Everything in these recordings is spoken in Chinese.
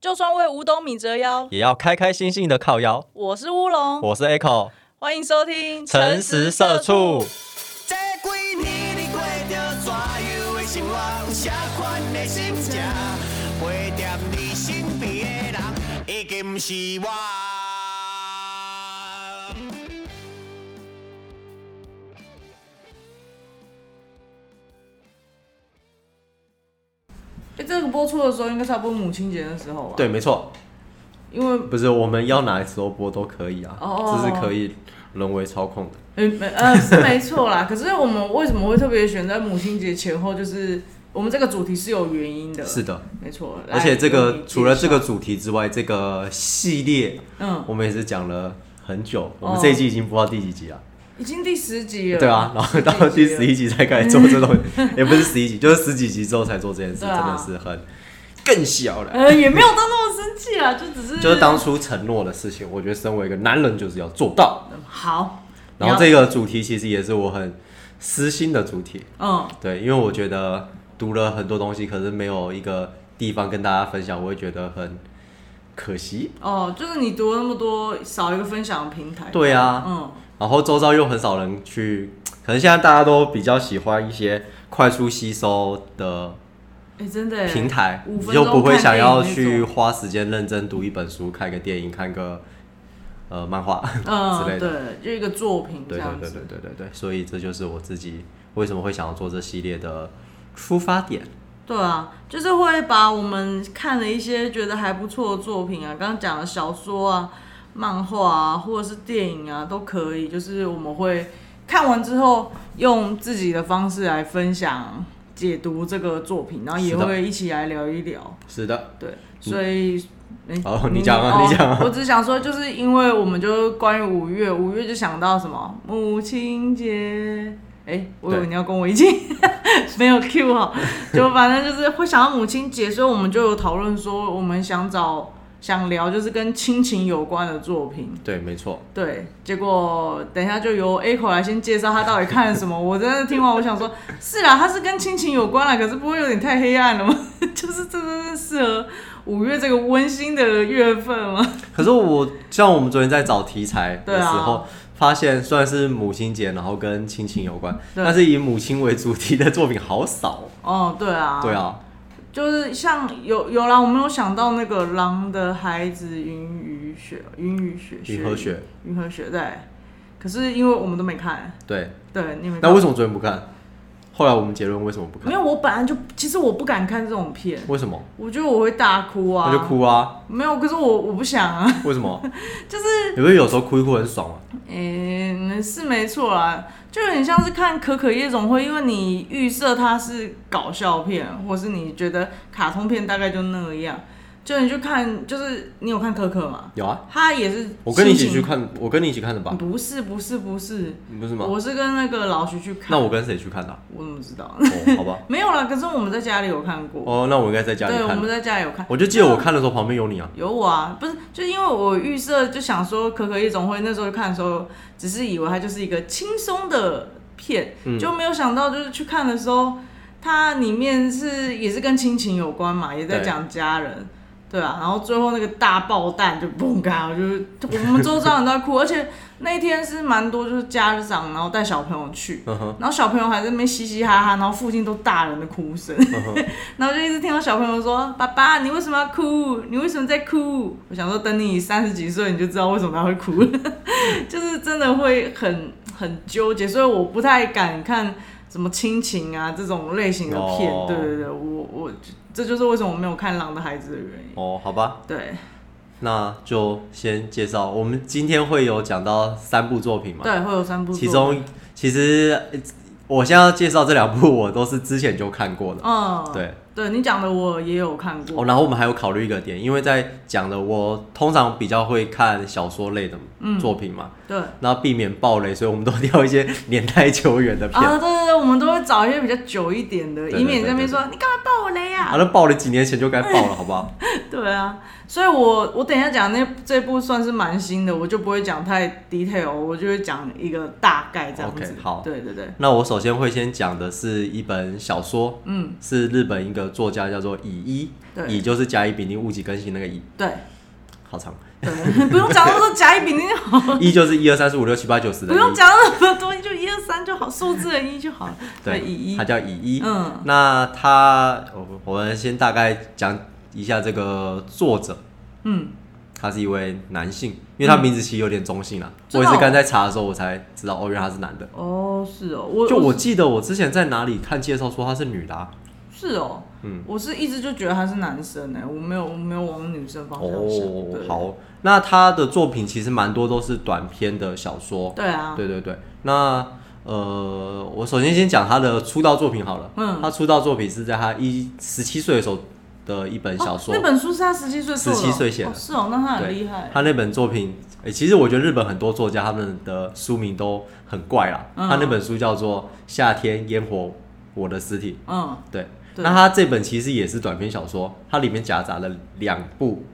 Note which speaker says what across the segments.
Speaker 1: 就算为五斗米折腰。
Speaker 2: 也要开开心心的靠腰。
Speaker 1: 我是乌龙，
Speaker 2: 我是 Echo，
Speaker 1: 欢迎收听《
Speaker 2: 诚实社畜。
Speaker 3: 这几年你过着怎样的生活？有啥款的心情？陪在你身边的人，已经不是我。
Speaker 1: 哎，这个播出的时候应该差不多母亲节的时候吧？，
Speaker 2: 对，没错，
Speaker 1: 因为
Speaker 2: 不是我们要哪时候播都可以啊，
Speaker 1: 哦
Speaker 2: 这是可以人为操控的。
Speaker 1: 呃没 呃是没错啦。可是我们为什么会特别选在母亲节前后？就是我们这个主题是有原因的。
Speaker 2: 是，的，
Speaker 1: 没错。来
Speaker 2: 而且这
Speaker 1: 由你
Speaker 2: 个
Speaker 1: 介
Speaker 2: 除了这个
Speaker 1: 绍，
Speaker 2: 主题之外，这个系列
Speaker 1: 嗯，
Speaker 2: 我们也是讲了很久。我
Speaker 1: 哦
Speaker 2: 们这一季已经播到第几集了？
Speaker 1: 已经第十集了。
Speaker 2: 对啊，然后到第十一
Speaker 1: 集
Speaker 2: 集才开始做这种， 也不是十一集，就是十几集之后才做这件事，
Speaker 1: 对
Speaker 2: 真
Speaker 1: 啊
Speaker 2: 的是很更小
Speaker 1: 了。。
Speaker 2: 了
Speaker 1: 呃，也没有到那么生气啦，就只是
Speaker 2: 就是当初承诺的事情，我觉得身为一个男人就是要做到。
Speaker 1: 好。
Speaker 2: 然后
Speaker 1: 你
Speaker 2: 这个主题其实也是我很私心的主题，
Speaker 1: 要嗯，
Speaker 2: 对，因为我觉得读了很多东西，可是没有一个地方跟大家分享，我会觉得很可惜。
Speaker 1: 哦，就是你读了那么多，少一个分享的平台。
Speaker 2: 对啊
Speaker 1: 嗯，
Speaker 2: 然后周遭又很少人去，可能现在大家都比较喜欢一些快速吸收的
Speaker 1: 哎、真的耶
Speaker 2: 平台，
Speaker 1: 五
Speaker 2: 你
Speaker 1: 分
Speaker 2: 就
Speaker 1: 钟
Speaker 2: 不会
Speaker 1: 看
Speaker 2: 想
Speaker 1: 电影
Speaker 2: 要
Speaker 1: 那
Speaker 2: 去
Speaker 1: 种
Speaker 2: 花时间认真读一本书、看个电影、看个呃漫画
Speaker 1: 嗯，
Speaker 2: 之类的。
Speaker 1: 对，就一个作品这
Speaker 2: 对
Speaker 1: 样
Speaker 2: 对
Speaker 1: 子。
Speaker 2: 对对对对对，所以这就是我自己为什么会想要做这系列的出发点。
Speaker 1: 对啊，就是会把我们看了一些觉得还不错的作品啊，刚刚讲的小说啊、漫画啊，或者是电影啊，都可以。就是我们会看完之后，用自己的方式来分享、解读这个作品，然后也
Speaker 2: 是的
Speaker 1: 会一起来聊一聊。
Speaker 2: 是的，
Speaker 1: 对，所以。诶嗯
Speaker 2: 哦嗯你讲啊你讲啊
Speaker 1: 我只想说，就是因为我们就关于五月，五月就想到什么母亲节。哎、我以为
Speaker 2: 对
Speaker 1: 你要跟我一起， 没有 Q 哈，就反正就是会想到母亲节，所以我们就有讨论说，我们想找想聊就是跟亲情有关的作品。
Speaker 2: 对，没错。
Speaker 1: 对，结果等一下就由 A 口来先介绍他到底看了什么。 我真的听完，我想说，是啦，他是跟亲情有关啦，可是不会有点太黑暗了吗？ 就是这真的适合五月这个温馨的月份吗？
Speaker 2: 可是我像我们昨天在找题材
Speaker 1: 对
Speaker 2: 的
Speaker 1: 啊
Speaker 2: 时候，发现虽然是母亲节，然后跟亲情有关，
Speaker 1: 对
Speaker 2: 但是以母亲为主题的作品好少。
Speaker 1: 哦，对啊，
Speaker 2: 对，啊，
Speaker 1: 就是像有有啦，我没有想到那个《狼的孩子》云雨雪，云雨雪，
Speaker 2: 银河雪，
Speaker 1: 云和雪对。可是因为我们都没看，
Speaker 2: 对。
Speaker 1: 对，你没看。
Speaker 2: 那为什么昨天不看？后来我们结论为什么不
Speaker 1: 没
Speaker 2: 看？
Speaker 1: 有，我本来就其实我不敢看这种片，
Speaker 2: 为什么？
Speaker 1: 我觉得我会大哭啊，
Speaker 2: 那就。哭啊！
Speaker 1: 没有，可是我我不想啊。
Speaker 2: 为什么？
Speaker 1: 就是，
Speaker 2: 你不是有时候哭一哭很爽啊吗？
Speaker 1: 嗯、是没错啦，就有点像是看《可可夜总会》，因为你预设它是搞笑片，或是你觉得卡通片大概就那样，就你去看，就是你有看《可可》吗？
Speaker 2: 有啊，
Speaker 1: 他也是，
Speaker 2: 我跟你一起去。看，我跟你一起看的吧？
Speaker 1: 不是不是不是，
Speaker 2: 不是吗？
Speaker 1: 我是跟那个老徐去看。
Speaker 2: 那我跟谁去看 的啊、
Speaker 1: 我怎么知道？
Speaker 2: 哦，好吧。
Speaker 1: 没有啦，可是我们在家里有看过。
Speaker 2: 哦，那我应该在家里
Speaker 1: 对，我
Speaker 2: 看
Speaker 1: 们。在家里有看。
Speaker 2: 我就记得我看的时候旁边有你啊。
Speaker 1: 有我啊，不是，就因为我预设就想说《可可夜总会》那时候看的时候，只是以为它就是一个轻松的片，
Speaker 2: 嗯
Speaker 1: 就没有想到就是去看的时候，它里面是也是跟亲情有关嘛，也在
Speaker 2: 对
Speaker 1: 讲家人，对啊，然后最后那个大爆弹就嘣嘎，我就是我们周遭人都在哭，而且那一天是蛮多就是家长然后带小朋友去，
Speaker 2: 嗯哼，
Speaker 1: 然后小朋友还在那边嘻嘻哈哈，然后附近都大人的哭声，
Speaker 2: 嗯
Speaker 1: 然后就一直听到小朋友说：“爸爸，你为什么要哭？你为什么在哭？”我想说，等你三十几岁，你就知道为什么他会哭 了，就是真的会很很纠结，所以我不太敢看什么亲情啊这种类型的片。
Speaker 2: 哦
Speaker 1: 对对对，我我这就是为什么我没有看《狼的孩子》的原因。
Speaker 2: 哦，好吧。
Speaker 1: 对
Speaker 2: 那就先介绍，我们今天会有讲到三部作品嘛？
Speaker 1: 对，会有三部作，
Speaker 2: 其中其实呃我现在要介绍这两部，我都是之前就看过的。
Speaker 1: 嗯，
Speaker 2: 对
Speaker 1: 对你讲的我也有看过
Speaker 2: 哦，，然后我们还有考虑一个点，因为在讲的我通常比较会看小说类的
Speaker 1: 嗯
Speaker 2: 作品嘛，
Speaker 1: 对。
Speaker 2: 那避免暴雷，所以我们都挑一些
Speaker 1: 啊
Speaker 2: 年代久远的片。
Speaker 1: 啊，对对对，我们都会找一些比较久一点的，
Speaker 2: 对对
Speaker 1: 以免在那边说你干嘛爆我雷
Speaker 2: 啊，
Speaker 1: 啊？
Speaker 2: 那爆了几年前就该爆了，好不好？
Speaker 1: 对啊，所以我我等一下讲那这部算是蛮新的，我就不会讲太 detail，我就会讲一个大概这样子。
Speaker 2: OK，好
Speaker 1: 对对对，
Speaker 2: 那我首先会先讲的是一本小说，
Speaker 1: 嗯，
Speaker 2: 是日本一个个作家叫做乙一，
Speaker 1: 对
Speaker 2: 乙就是甲乙丙丁戊己庚辛那个乙，
Speaker 1: 对
Speaker 2: 好长，
Speaker 1: 对，不用讲那么多甲乙丙丁好了，
Speaker 2: 一就是一二三四五六七八九十的
Speaker 1: 不
Speaker 2: 乙，
Speaker 1: 用讲那么多，就一二三就好，数字的一就好了。
Speaker 2: 对，
Speaker 1: 乙一
Speaker 2: 他，叫乙一。
Speaker 1: 嗯，
Speaker 2: 那他，我我们先大概讲一下这个作者，
Speaker 1: 嗯，
Speaker 2: 他是一位男性，因为他名字其实有点中性啦。
Speaker 1: 真
Speaker 2: 我
Speaker 1: 的
Speaker 2: 也
Speaker 1: 哦
Speaker 2: 是刚才查的时候我才知道，哦，原来他是男的。
Speaker 1: 哦，是哦，我
Speaker 2: 就我记得我之前在哪里看介绍说他是女的、啊，
Speaker 1: 是哦，
Speaker 2: 嗯，
Speaker 1: 我是一直就觉得他是男生哎，我没有我没有往女生方向想。
Speaker 2: 哦，
Speaker 1: 对，
Speaker 2: 好，那他的作品其实蛮多都是短篇的小说，
Speaker 1: 对啊，
Speaker 2: 对对对，那呃，我首先先讲他的出道作品好了。
Speaker 1: 嗯
Speaker 2: 他出道作品是在他一十七岁的时候的一本小说。
Speaker 1: 哦那本书是他十七岁做的哦
Speaker 2: 17岁写的
Speaker 1: 哦是哦，那他很
Speaker 2: 对
Speaker 1: 厉害。
Speaker 2: 他那本作品，诶，其实我觉得日本很多作家他们的书名都很怪啦。
Speaker 1: 嗯
Speaker 2: 他那本书叫做《夏天烟火我的尸体》。
Speaker 1: 嗯，
Speaker 2: 对，
Speaker 1: 对
Speaker 2: 那他这本其实也是短篇小说，它里面夹杂了两部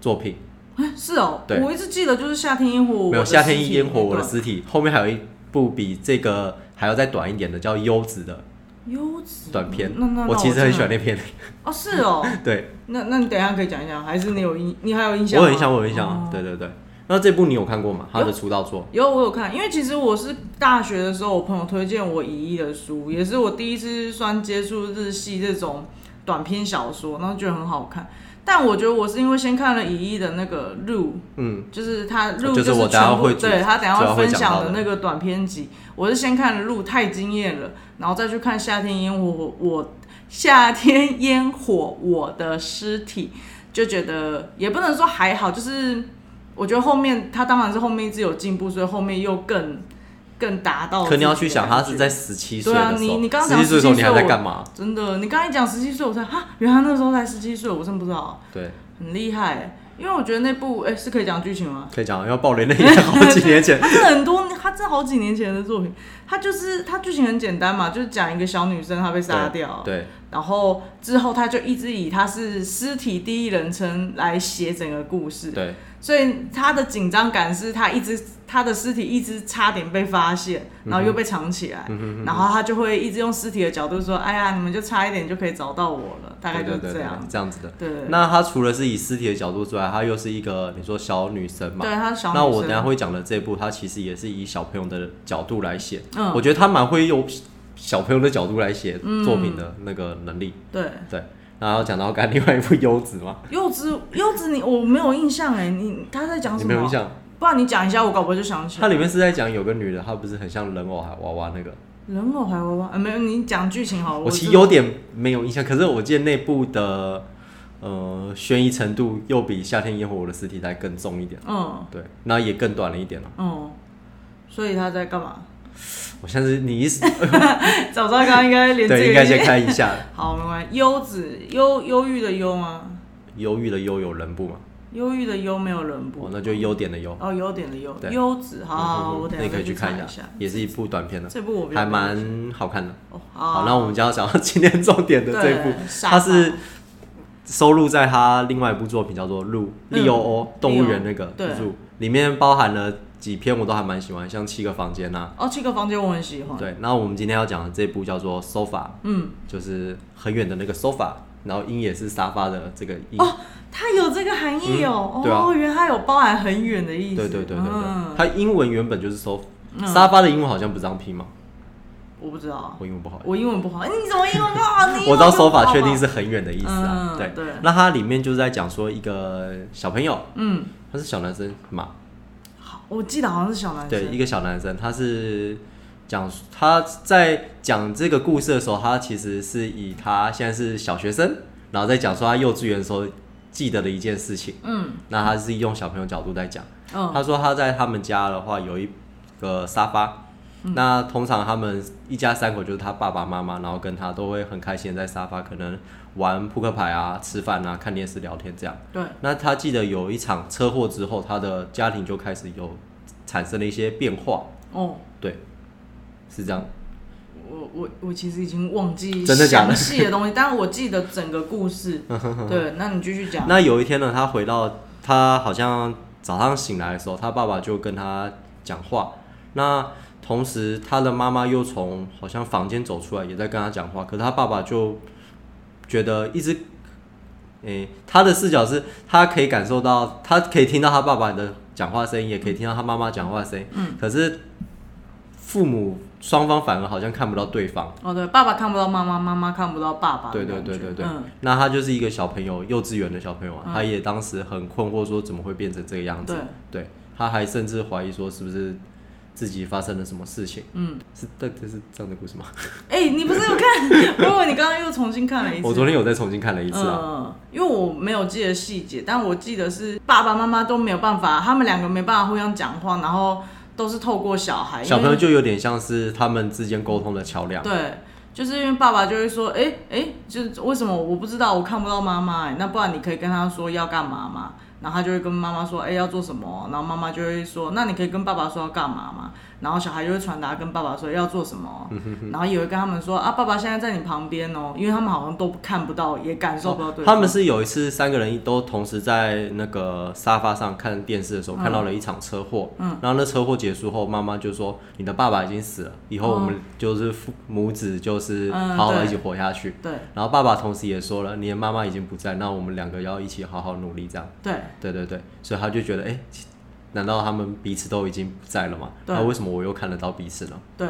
Speaker 2: 作品，
Speaker 1: 哎是哦，
Speaker 2: 对
Speaker 1: 我一直记得就是夏天烟火，我
Speaker 2: 没有
Speaker 1: 的
Speaker 2: 《夏
Speaker 1: 尸
Speaker 2: 天
Speaker 1: 体嗯
Speaker 2: 烟火我
Speaker 1: 那
Speaker 2: 的
Speaker 1: 段
Speaker 2: 尸体》，后面还有一部比这个还要再短一点的，叫《优质》的
Speaker 1: 优质
Speaker 2: 短片。
Speaker 1: 那那那
Speaker 2: 我其实很喜欢
Speaker 1: 真
Speaker 2: 那篇。
Speaker 1: 的哦，是 哦，
Speaker 2: 对，
Speaker 1: 那那你等一下可以讲一讲，还是你有印，你还有印象
Speaker 2: 我
Speaker 1: 吗？
Speaker 2: 有印象，我有印象啊
Speaker 1: 哦。
Speaker 2: 对对对，那这部你有看过吗？他
Speaker 1: 有
Speaker 2: 的出道作，
Speaker 1: 有我有看，因为其实我是大学的时候，我朋友推荐我乙一的书，也是我第一次算接触日系这种短篇小说，然后觉得很好看。但我觉得我是因为先看了乙一的那个路，
Speaker 2: 嗯，
Speaker 1: 就是他路
Speaker 2: 就是我等下
Speaker 1: 全部
Speaker 2: 会
Speaker 1: 对他等一下
Speaker 2: 主要
Speaker 1: 会
Speaker 2: 会
Speaker 1: 分
Speaker 2: 讲
Speaker 1: 享
Speaker 2: 到
Speaker 1: 的
Speaker 2: 的
Speaker 1: 那个短篇集，我是先看了路太惊艳了，然后再去看夏天烟火我我夏天烟火我的尸体，就觉得也不能说还好，就是我觉得后面他当然是后面一直有进步，所以后面又更更达到。
Speaker 2: 可你要去想，他是在十七岁
Speaker 1: 对啊
Speaker 2: 的时候，
Speaker 1: 你你刚刚
Speaker 2: 十
Speaker 1: 讲
Speaker 2: 七岁的时候你还
Speaker 1: 17岁
Speaker 2: 在
Speaker 1: 我
Speaker 2: 干嘛？
Speaker 1: 真的，你刚才讲十七岁，我才哈，原来那时候才十七岁，我真不知道，
Speaker 2: 对，
Speaker 1: 很厉害。因为我觉得那部哎、是可以讲剧情吗？
Speaker 2: 可以讲要爆雷那也好几年 前
Speaker 1: 他，真的很多，他这好几年前的作品，他就是他剧情很简单嘛，就是讲一个小女生她被杀掉，，
Speaker 2: 对
Speaker 1: 然后之后他就一直以他是尸体第一人称来写整个故事，，
Speaker 2: 对
Speaker 1: 所以他的紧张感是他一直他的尸体一直差点被发现，
Speaker 2: 嗯
Speaker 1: 然后又被藏起来，然后他就会一直用尸体的角度说，哎呀，你们就差一点就可以找到我了， 大概
Speaker 2: 对
Speaker 1: 就
Speaker 2: 对
Speaker 1: 是
Speaker 2: 对
Speaker 1: 这
Speaker 2: 对
Speaker 1: 样，，
Speaker 2: 这样子的。
Speaker 1: 对，
Speaker 2: 那他除了是以尸体的角度之外，他又是一个你说小女生嘛？
Speaker 1: 对她是小女生
Speaker 2: 那我等一下会讲的这部，他其实也是以小朋友的角度来写。
Speaker 1: 嗯
Speaker 2: 我觉得他蛮会用小朋友的角度来写作品的那个能力。
Speaker 1: 对。
Speaker 2: 对，然后讲到刚才另外一部《优子》嘛，
Speaker 1: 柚子，柚子你，我没有印象哎，你他在讲
Speaker 2: 你
Speaker 1: 什么？
Speaker 2: 没有印象？
Speaker 1: 不然你讲一下，我搞不好就想起来。
Speaker 2: 它里面是在讲有个女的，她不是很像人偶娃娃那个。
Speaker 1: 人偶还娃娃，呃，没有，你讲剧情好了。
Speaker 2: 我其实
Speaker 1: 是
Speaker 2: 有点没有印象，可是我记得内部的呃悬疑程度又比《夏天烟火我的尸体》再更重一点。
Speaker 1: 嗯
Speaker 2: 对，那也更短了一点了。
Speaker 1: 嗯，所以他在干嘛？
Speaker 2: 我像是你一
Speaker 1: 早知道刚刚应该连这个
Speaker 2: 对，应该先看一下
Speaker 1: 好，没关系。忧子，忧忧郁的忧吗？
Speaker 2: 忧郁的忧有人不嘛？
Speaker 1: 忧郁的忧没有人
Speaker 2: 哦
Speaker 1: 不，？
Speaker 2: 那就优点的优。
Speaker 1: 哦，优点的优，
Speaker 2: 对
Speaker 1: 优子，好好，好
Speaker 2: 嗯嗯嗯
Speaker 1: 哦我等
Speaker 2: 那
Speaker 1: 一
Speaker 2: 你
Speaker 1: 下
Speaker 2: 可以
Speaker 1: 再
Speaker 2: 去看
Speaker 1: 一
Speaker 2: 一下，也是一部短片的，
Speaker 1: 这部我比较
Speaker 2: 还蛮好看的。
Speaker 1: 哦
Speaker 2: 好，
Speaker 1: 好，
Speaker 2: 那我们就要讲到今天重点的这一部
Speaker 1: 对，傻
Speaker 2: 它是收录在他另外一部作品叫做《鹿》
Speaker 1: 嗯
Speaker 2: （L O O） 动物园那个
Speaker 1: 对
Speaker 2: 鹿，里面包含了几篇我都还蛮喜欢，像《七个房间》呐。
Speaker 1: 哦，七个房间我很喜欢。，
Speaker 2: 对，那我们今天要讲的这部叫做《Sofa》，
Speaker 1: 嗯，
Speaker 2: 就是很远的那个 sofa，然后音也是沙发的这个音。
Speaker 1: 哦，它有这个含义哦
Speaker 2: 嗯，对啊
Speaker 1: 哦，原来它有包含很远的意思。
Speaker 2: 对对对对对，
Speaker 1: 嗯
Speaker 2: 它英文原本就是 sofa，、
Speaker 1: 嗯
Speaker 2: 沙发的英文好像不是这样拼吗？
Speaker 1: 我不知道，
Speaker 2: 我英文不好。
Speaker 1: 我英文不好，哎你怎么英文不好？你英文
Speaker 2: 我知道
Speaker 1: 就不好
Speaker 2: sofa
Speaker 1: 吧
Speaker 2: 确定是很远的意思啊，
Speaker 1: 嗯
Speaker 2: 对
Speaker 1: 对
Speaker 2: 那它里面就是在讲说一个小朋友，
Speaker 1: 嗯，
Speaker 2: 他是小男生嘛，
Speaker 1: 好，我记得好像是小男生。
Speaker 2: 对，一个小男生，他是讲他在讲这个故事的时候，他其实是以他现在是小学生，然后在讲说他幼稚园的时候记得的一件事情，
Speaker 1: 嗯
Speaker 2: 那他是用小朋友角度在讲，
Speaker 1: 嗯
Speaker 2: 他说他在他们家的话有一个沙发，那通常他们一家三口就是他爸爸妈妈，然后跟他都会很开心地在沙发可能玩扑克牌啊、吃饭啊、看电视、聊天这样。
Speaker 1: 对，
Speaker 2: 那他记得有一场车祸之后，他的家庭就开始有产生了一些变化，
Speaker 1: 哦，
Speaker 2: 对，是这样。
Speaker 1: 我我我其实已经忘记
Speaker 2: 真的假
Speaker 1: 详
Speaker 2: 的嗯
Speaker 1: 细的东西， 但我记得整个故事。对，那你继续讲。
Speaker 2: 那有一天呢，他回到他好像早上醒来的时候，他爸爸就跟他讲话。那同时，他的妈妈又从好像房间走出来，也在跟他讲话。可是他爸爸就觉得一直，诶、他的视角是他可以感受到，他可以听到他爸爸的讲话声音，也可以听到他妈妈讲话声音。嗯，可是父母双方反而好像看不到对方。
Speaker 1: 哦，对，爸爸看不到妈妈，妈妈看不到爸爸的
Speaker 2: 对对
Speaker 1: 感觉。
Speaker 2: 对对对，
Speaker 1: 嗯，
Speaker 2: 那他就是一个小朋友，幼稚园的小朋友啊，他也当时很困惑，说怎么会变成这个样子？对，他还甚至怀疑说是不是自己发生了什么事情？
Speaker 1: 嗯，
Speaker 2: 是这这是这样的故事吗？
Speaker 1: 哎、你不是有看？ 我以为你刚刚又重新看了一次。
Speaker 2: 我昨天有再重新看了一次啊。
Speaker 1: 嗯，因为我没有记得细节，但我记得是爸爸妈妈都没有办法，他们两个没办法互相讲话，然后都是透过小孩。因为
Speaker 2: 小朋友就有点像是他们之间沟通的桥梁。
Speaker 1: 对，就是因为爸爸就会说，哎、哎、就是为什么我不知道，我看不到妈妈、哎，那不然你可以跟他说要干嘛嘛，然后他就会跟妈妈说，哎、要做什么，然后妈妈就会说，那你可以跟爸爸说要干嘛嘛，然后小孩就会传达跟爸爸说要做什么，哦
Speaker 2: 嗯
Speaker 1: 然后也会跟他们说啊，爸爸现在在你旁边哦，因为他们好像都看不到，也感受不到哦对方、
Speaker 2: 哦他们是有一次三个人都同时在那个沙发上看电视的
Speaker 1: 嗯
Speaker 2: 时候，看到了一场车祸。嗯，然后那车祸结束后，妈妈就说：“你的爸爸已经死了，以后我们就是父母子就是
Speaker 1: 嗯
Speaker 2: 好好
Speaker 1: 对
Speaker 2: 一起活下去。
Speaker 1: 对
Speaker 2: 然后爸爸同时也说了：“你的妈妈已经不在，那我们两个要一起好好努力。”这样，
Speaker 1: 对。
Speaker 2: 对对对，所以他就觉得，哎、其难道他们彼此都已经不在了吗？
Speaker 1: 对
Speaker 2: 那为什么我又看得到彼此呢？
Speaker 1: 对，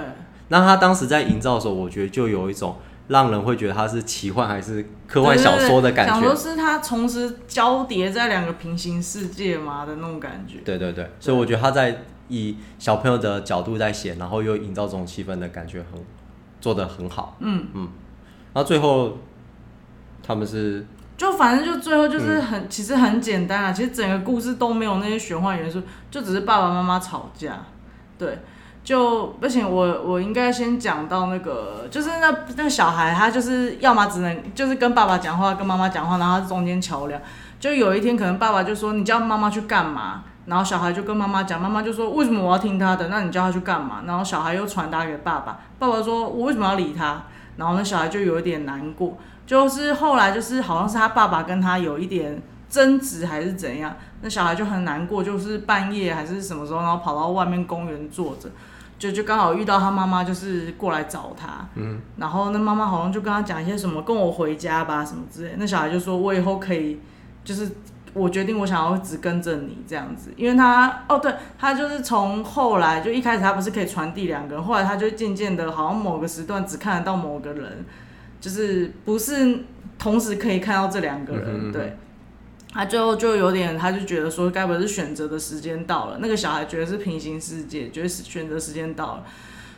Speaker 2: 那他当时在营造的时候，我觉得就有一种让人会觉得他是奇幻还是科幻小说的感
Speaker 1: 想
Speaker 2: 觉
Speaker 1: 说。是他同时交叠在两个平行世界嘛的那种感觉。
Speaker 2: 对对对，所以我觉得他在以小朋友的角度在写，然后又营造这种气氛的感觉很做得很好。
Speaker 1: 嗯
Speaker 2: 嗯，然后最后他们是
Speaker 1: 就反正就最后就是很，其实很简单啊。其实整个故事都没有那些玄幻元素，就只是爸爸妈妈吵架。对，就而且我我应该先讲到那个，就是那那小孩他就是要么只能就是跟爸爸讲话，跟妈妈讲话，然后他中间桥梁。就有一天可能爸爸就说你叫妈妈去干嘛，然后小孩就跟妈妈讲，妈妈就说为什么我要听他的？那你叫他去干嘛？然后小孩又传达给爸爸，爸爸说我为什么要理他？然后那小孩就有一点难过，就是后来就是好像是他爸爸跟他有一点争执还是怎样，那小孩就很难过，就是半夜还是什么时候，然后跑到外面公园坐着。就就刚好遇到他妈妈，就是过来找他，嗯，然后那妈妈好像就跟他讲一些什么，跟我回家吧什么之类的。那小孩就说，我以后可以，就是我决定我想要只跟着你这样子，因为他哦，对他就是从后来就一开始他不是可以传递两个人，后来他就渐渐的好像某个时段只看得到某个人，就是不是同时可以看到这两个人，
Speaker 2: 嗯哼嗯哼
Speaker 1: 对。他最后就有点，他就觉得说，该不会是选择的时间到了？那个小孩觉得是平行世界，觉得是选择时间到了，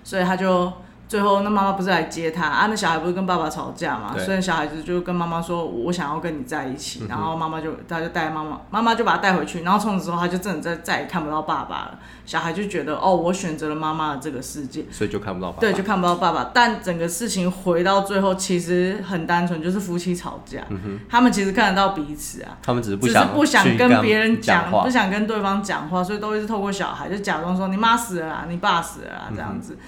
Speaker 1: 所以他就最后那妈妈不是来接他啊？那小孩不是跟爸爸吵架嘛，
Speaker 2: 对嗯
Speaker 1: 所以小孩子就跟妈妈说：“我想要跟你在一起。然后妈妈就他就带妈妈，妈妈就把他带回去，然后从此之后他就真的再再也看不到爸爸了。小孩就觉得哦，我选择了妈妈的这个世界，
Speaker 2: 所以就看不到爸爸。
Speaker 1: 对，就看不到爸爸。但整个事情回到最后，其实很单纯，就是夫妻吵架，
Speaker 2: 嗯
Speaker 1: 他们其实看得到彼此啊。
Speaker 2: 他们只是不
Speaker 1: 只是
Speaker 2: 想
Speaker 1: 不想
Speaker 2: 去
Speaker 1: 跟别人
Speaker 2: 讲话
Speaker 1: 不。想跟对方讲话，所以都一直透过小孩，就假装说你妈死了啦，你爸死了啦
Speaker 2: 嗯
Speaker 1: 这样子。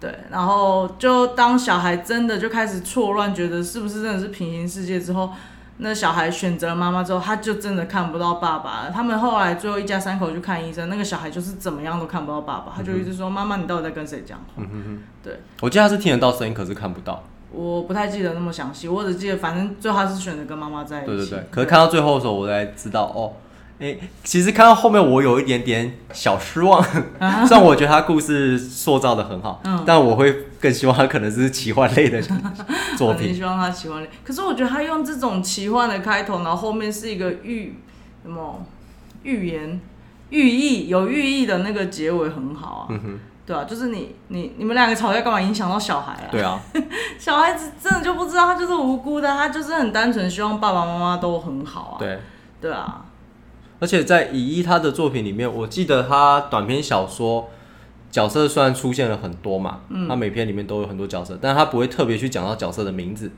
Speaker 1: 对，然后就当小孩真的就开始错乱，觉得是不是真的是平行世界之后，那小孩选择了妈妈之后，他就真的看不到爸爸了。他们后来最后一家三口去看医生，那个小孩就是怎么样都看不到爸爸，他
Speaker 2: 嗯
Speaker 1: 就一直说：“妈妈，你到底在跟谁讲话？”对，
Speaker 2: 我记得他是听得到声音，可是看不到。
Speaker 1: 我不太记得那么详细，我只记得反正最后他是选择跟妈妈在一起。
Speaker 2: 对对对，可是看到最后的时候，我才知道哦，哎、其实看到后面我有一点点小失望， 虽然我觉得他故事塑造的很好，但我会更希望他可能是奇幻类的作
Speaker 1: 啊你
Speaker 2: 品。
Speaker 1: 希望他奇幻类，可是我觉得他用这种奇幻的开头，然后后面是一个寓什么寓言、寓意有寓意的那个结尾很好啊。
Speaker 2: 嗯
Speaker 1: 对啊，就是你你你们两个吵架干嘛影响到小孩啊？
Speaker 2: 对啊，
Speaker 1: 小孩子真的就不知道，他就是无辜的，他就是很单纯，希望爸爸妈妈都很好啊。
Speaker 2: 对，
Speaker 1: 对啊，
Speaker 2: 而且在乙一他的作品里面，我记得他短篇小说角色虽然出现了很多嘛，他每篇里面都有很多角色，但他不会特别去讲到角色的名字，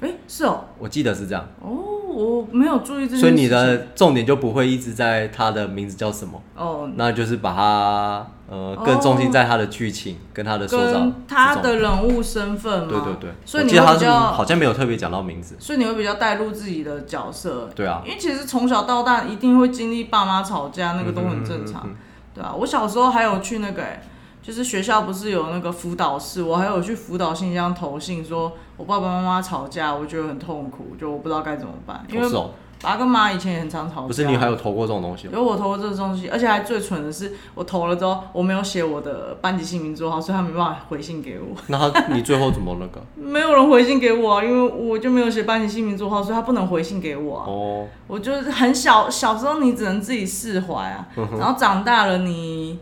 Speaker 1: 哎、是哦，
Speaker 2: 我记得是这样。
Speaker 1: 哦，我没有注意这件事情。
Speaker 2: 所以你的重点就不会一直在他的名字叫什么，
Speaker 1: 哦，
Speaker 2: 那就是把它呃更重心在它的剧情跟它的塑造
Speaker 1: 哦跟他
Speaker 2: 之
Speaker 1: 的
Speaker 2: 中
Speaker 1: 人物身份嘛，
Speaker 2: 对对对，
Speaker 1: 所以
Speaker 2: 我
Speaker 1: 你
Speaker 2: 记得
Speaker 1: 会
Speaker 2: 他
Speaker 1: 比
Speaker 2: 是
Speaker 1: 较
Speaker 2: 好像没有特别讲到名字，
Speaker 1: 所以你会比较带入自己的角色，
Speaker 2: 对啊
Speaker 1: 因为其实从小到大一定会经历爸妈吵架，那个都很正
Speaker 2: 嗯
Speaker 1: 常，对啊，我小时候还有去那个、欸，就是学校不是有那个辅导室，我还有去辅导信箱投信说，我爸爸妈妈吵架，我觉得很痛苦，就我不知道该怎么办，因
Speaker 2: 哦是
Speaker 1: 为
Speaker 2: 哦，
Speaker 1: 爸跟妈以前也很常吵架。
Speaker 2: 不是你还有投过这种东西哦？
Speaker 1: 有我投了这个东西，而且还最蠢的是，我投了之后我没有写我的班级姓名座号，所以他没办法回信给我。
Speaker 2: 那他你最后怎么那 个？
Speaker 1: 没有人回信给我啊，因为我就没有写班级姓名座号，所以他不能回信给我啊。
Speaker 2: 哦，
Speaker 1: 我就是很小，小时候你只能自己释怀啊，然后长大了你。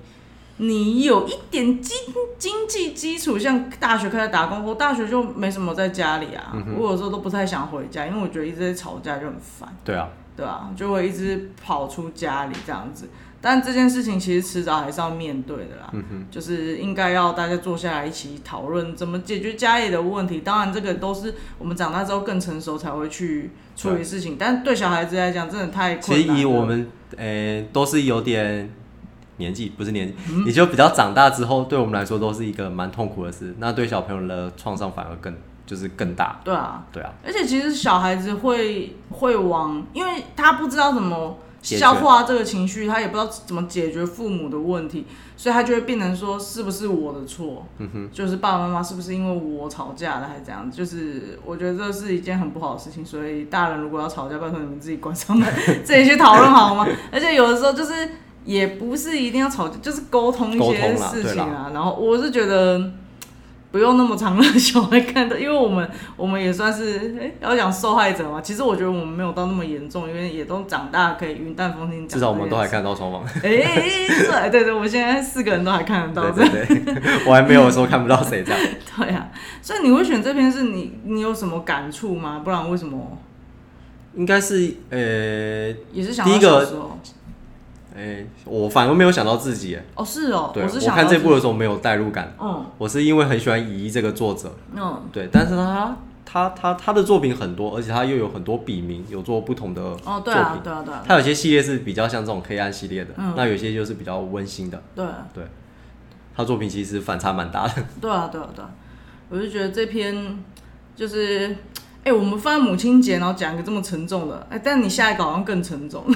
Speaker 1: 你有一点经经济基础，像大学开始打工，我大学就没什么在家里啊。我有时候都不太想回家，因为我觉得一直在吵架就很烦。
Speaker 2: 对啊，
Speaker 1: 对啊，就会一直跑出家里这样子。但这件事情其实迟早还是要面对的啦，就是应该要大家坐下来一起讨论怎么解决家里的问题。当然，这个都是我们长大之后更成熟才会去处理事情，但对小孩子来讲，真的太
Speaker 2: 其
Speaker 1: 困
Speaker 2: 实
Speaker 1: 难
Speaker 2: 以
Speaker 1: 了
Speaker 2: 我们诶、都是有点年纪，不是年纪，
Speaker 1: 嗯
Speaker 2: 你就比较长大之后，对我们来说都是一个蛮痛苦的事。那对小朋友的创伤反而更就是更大。
Speaker 1: 对啊，
Speaker 2: 对啊，
Speaker 1: 而且其实小孩子会会往，因为他不知道怎么
Speaker 2: 解决
Speaker 1: 消化这个情绪，他也不知道怎么解决父母的问题，所以他就会变成说是不是我的错？嗯哼，就是爸爸妈妈是不是因为我吵架了还是怎样？就是我觉得这是一件很不好的事情，所以大人如果要吵架，拜托你们自己关上门， 自己去讨论好吗？ 而且有的时候就是也不是一定要吵架，就是沟通一
Speaker 2: 沟
Speaker 1: 些
Speaker 2: 通啦
Speaker 1: 事
Speaker 2: 对
Speaker 1: 情
Speaker 2: 啦
Speaker 1: 啊。然后我是觉得。不用那么常让小孩看到，因为我们 我们也算是、诶要讲受害者嘛。其实我觉得我们没有到那么严重，因为也都长大可以云淡风轻讲。
Speaker 2: 至少我们都还。看到双方。
Speaker 1: 哎、对对对，我们现在四个人都还看得到
Speaker 2: 对
Speaker 1: 这样。
Speaker 2: 对对，我还没有说看不到谁这样。
Speaker 1: 对啊，所以你会选这篇是你你有什么感触吗？不然为什么
Speaker 2: 应该是呃
Speaker 1: 也是想
Speaker 2: 第
Speaker 1: 到
Speaker 2: 一个
Speaker 1: 小时候？
Speaker 2: 诶、我反而没有想到自己耶。
Speaker 1: 哦，是哦，
Speaker 2: 对，
Speaker 1: 我是想
Speaker 2: 看
Speaker 1: 到
Speaker 2: 这
Speaker 1: 自
Speaker 2: 部的
Speaker 1: 己
Speaker 2: 时候没有代入感，
Speaker 1: 嗯
Speaker 2: 我是因为很喜欢乙一这个作者，
Speaker 1: 嗯
Speaker 2: 对，但是他他他他的作品很多，而且他又有很多笔名，有做不同的作品。
Speaker 1: 哦，对啊对啊对啊
Speaker 2: 他有些系列是比较像这种黑暗系列的，
Speaker 1: 嗯
Speaker 2: 那有些就是比较温馨的。
Speaker 1: 对啊
Speaker 2: 对，他作品其实反差蛮大的。
Speaker 1: 对啊，对啊，对啊，我就觉得这篇就是，哎、我们放在母亲节，然后讲一个这么沉重的，哎、但你下一个好像更沉重，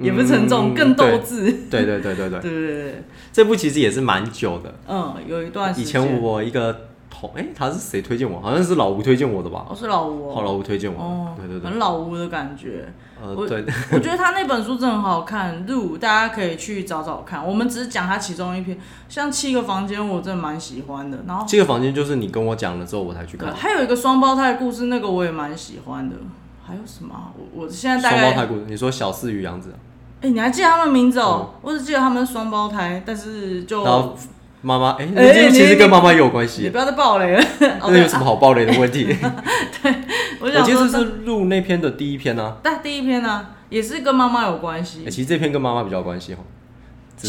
Speaker 1: 也不是沉重，
Speaker 2: 嗯
Speaker 1: 更斗志，
Speaker 2: 对对对对对，
Speaker 1: 对对对对，
Speaker 2: 这部其实也是蛮 久的。
Speaker 1: 嗯，有一段时
Speaker 2: 以
Speaker 1: 间
Speaker 2: 前我一个同，哎、他是谁推荐我？好像是老吴推荐我的吧？
Speaker 1: 哦是老吴
Speaker 2: 好，
Speaker 1: 哦，
Speaker 2: 老吴推荐我的。
Speaker 1: 哦，
Speaker 2: 对对对
Speaker 1: 很，老吴的感觉，我哦
Speaker 2: 呃，对，
Speaker 1: 我觉得他那本书真的很好看，《 入》大家可以去找找看。我们只是讲他其中一篇，像《七个房间》，我真的蛮喜欢的。然后
Speaker 2: 这个房间就是你跟我讲了之后我才去
Speaker 1: 对，
Speaker 2: 看。
Speaker 1: 还有一个双胞胎的故事，那个我也蛮喜欢的。还有什么啊、我我现在
Speaker 2: 双
Speaker 1: 大
Speaker 2: 胞
Speaker 1: 概
Speaker 2: 胎故事，你说小四与杨子，啊
Speaker 1: 哎、你还记得他们名字哦？我只记得他们是双胞胎，但是就
Speaker 2: 嗯然后妈妈，哎、
Speaker 1: 哦哎
Speaker 2: 这个其
Speaker 1: 你
Speaker 2: 实跟
Speaker 1: 你
Speaker 2: 妈妈也有关
Speaker 1: 你
Speaker 2: 系
Speaker 1: 不，要再爆 雷了。哦，
Speaker 2: 那
Speaker 1: 对
Speaker 2: 有什么好爆雷的问题？
Speaker 1: 我
Speaker 2: 我
Speaker 1: 想
Speaker 2: 记
Speaker 1: 说
Speaker 2: 得
Speaker 1: 这，
Speaker 2: 是录那篇的第一篇啊，
Speaker 1: 但第一篇呢、也是跟妈妈有关系
Speaker 2: 哎、。其实这篇跟妈妈比较有关系哦，只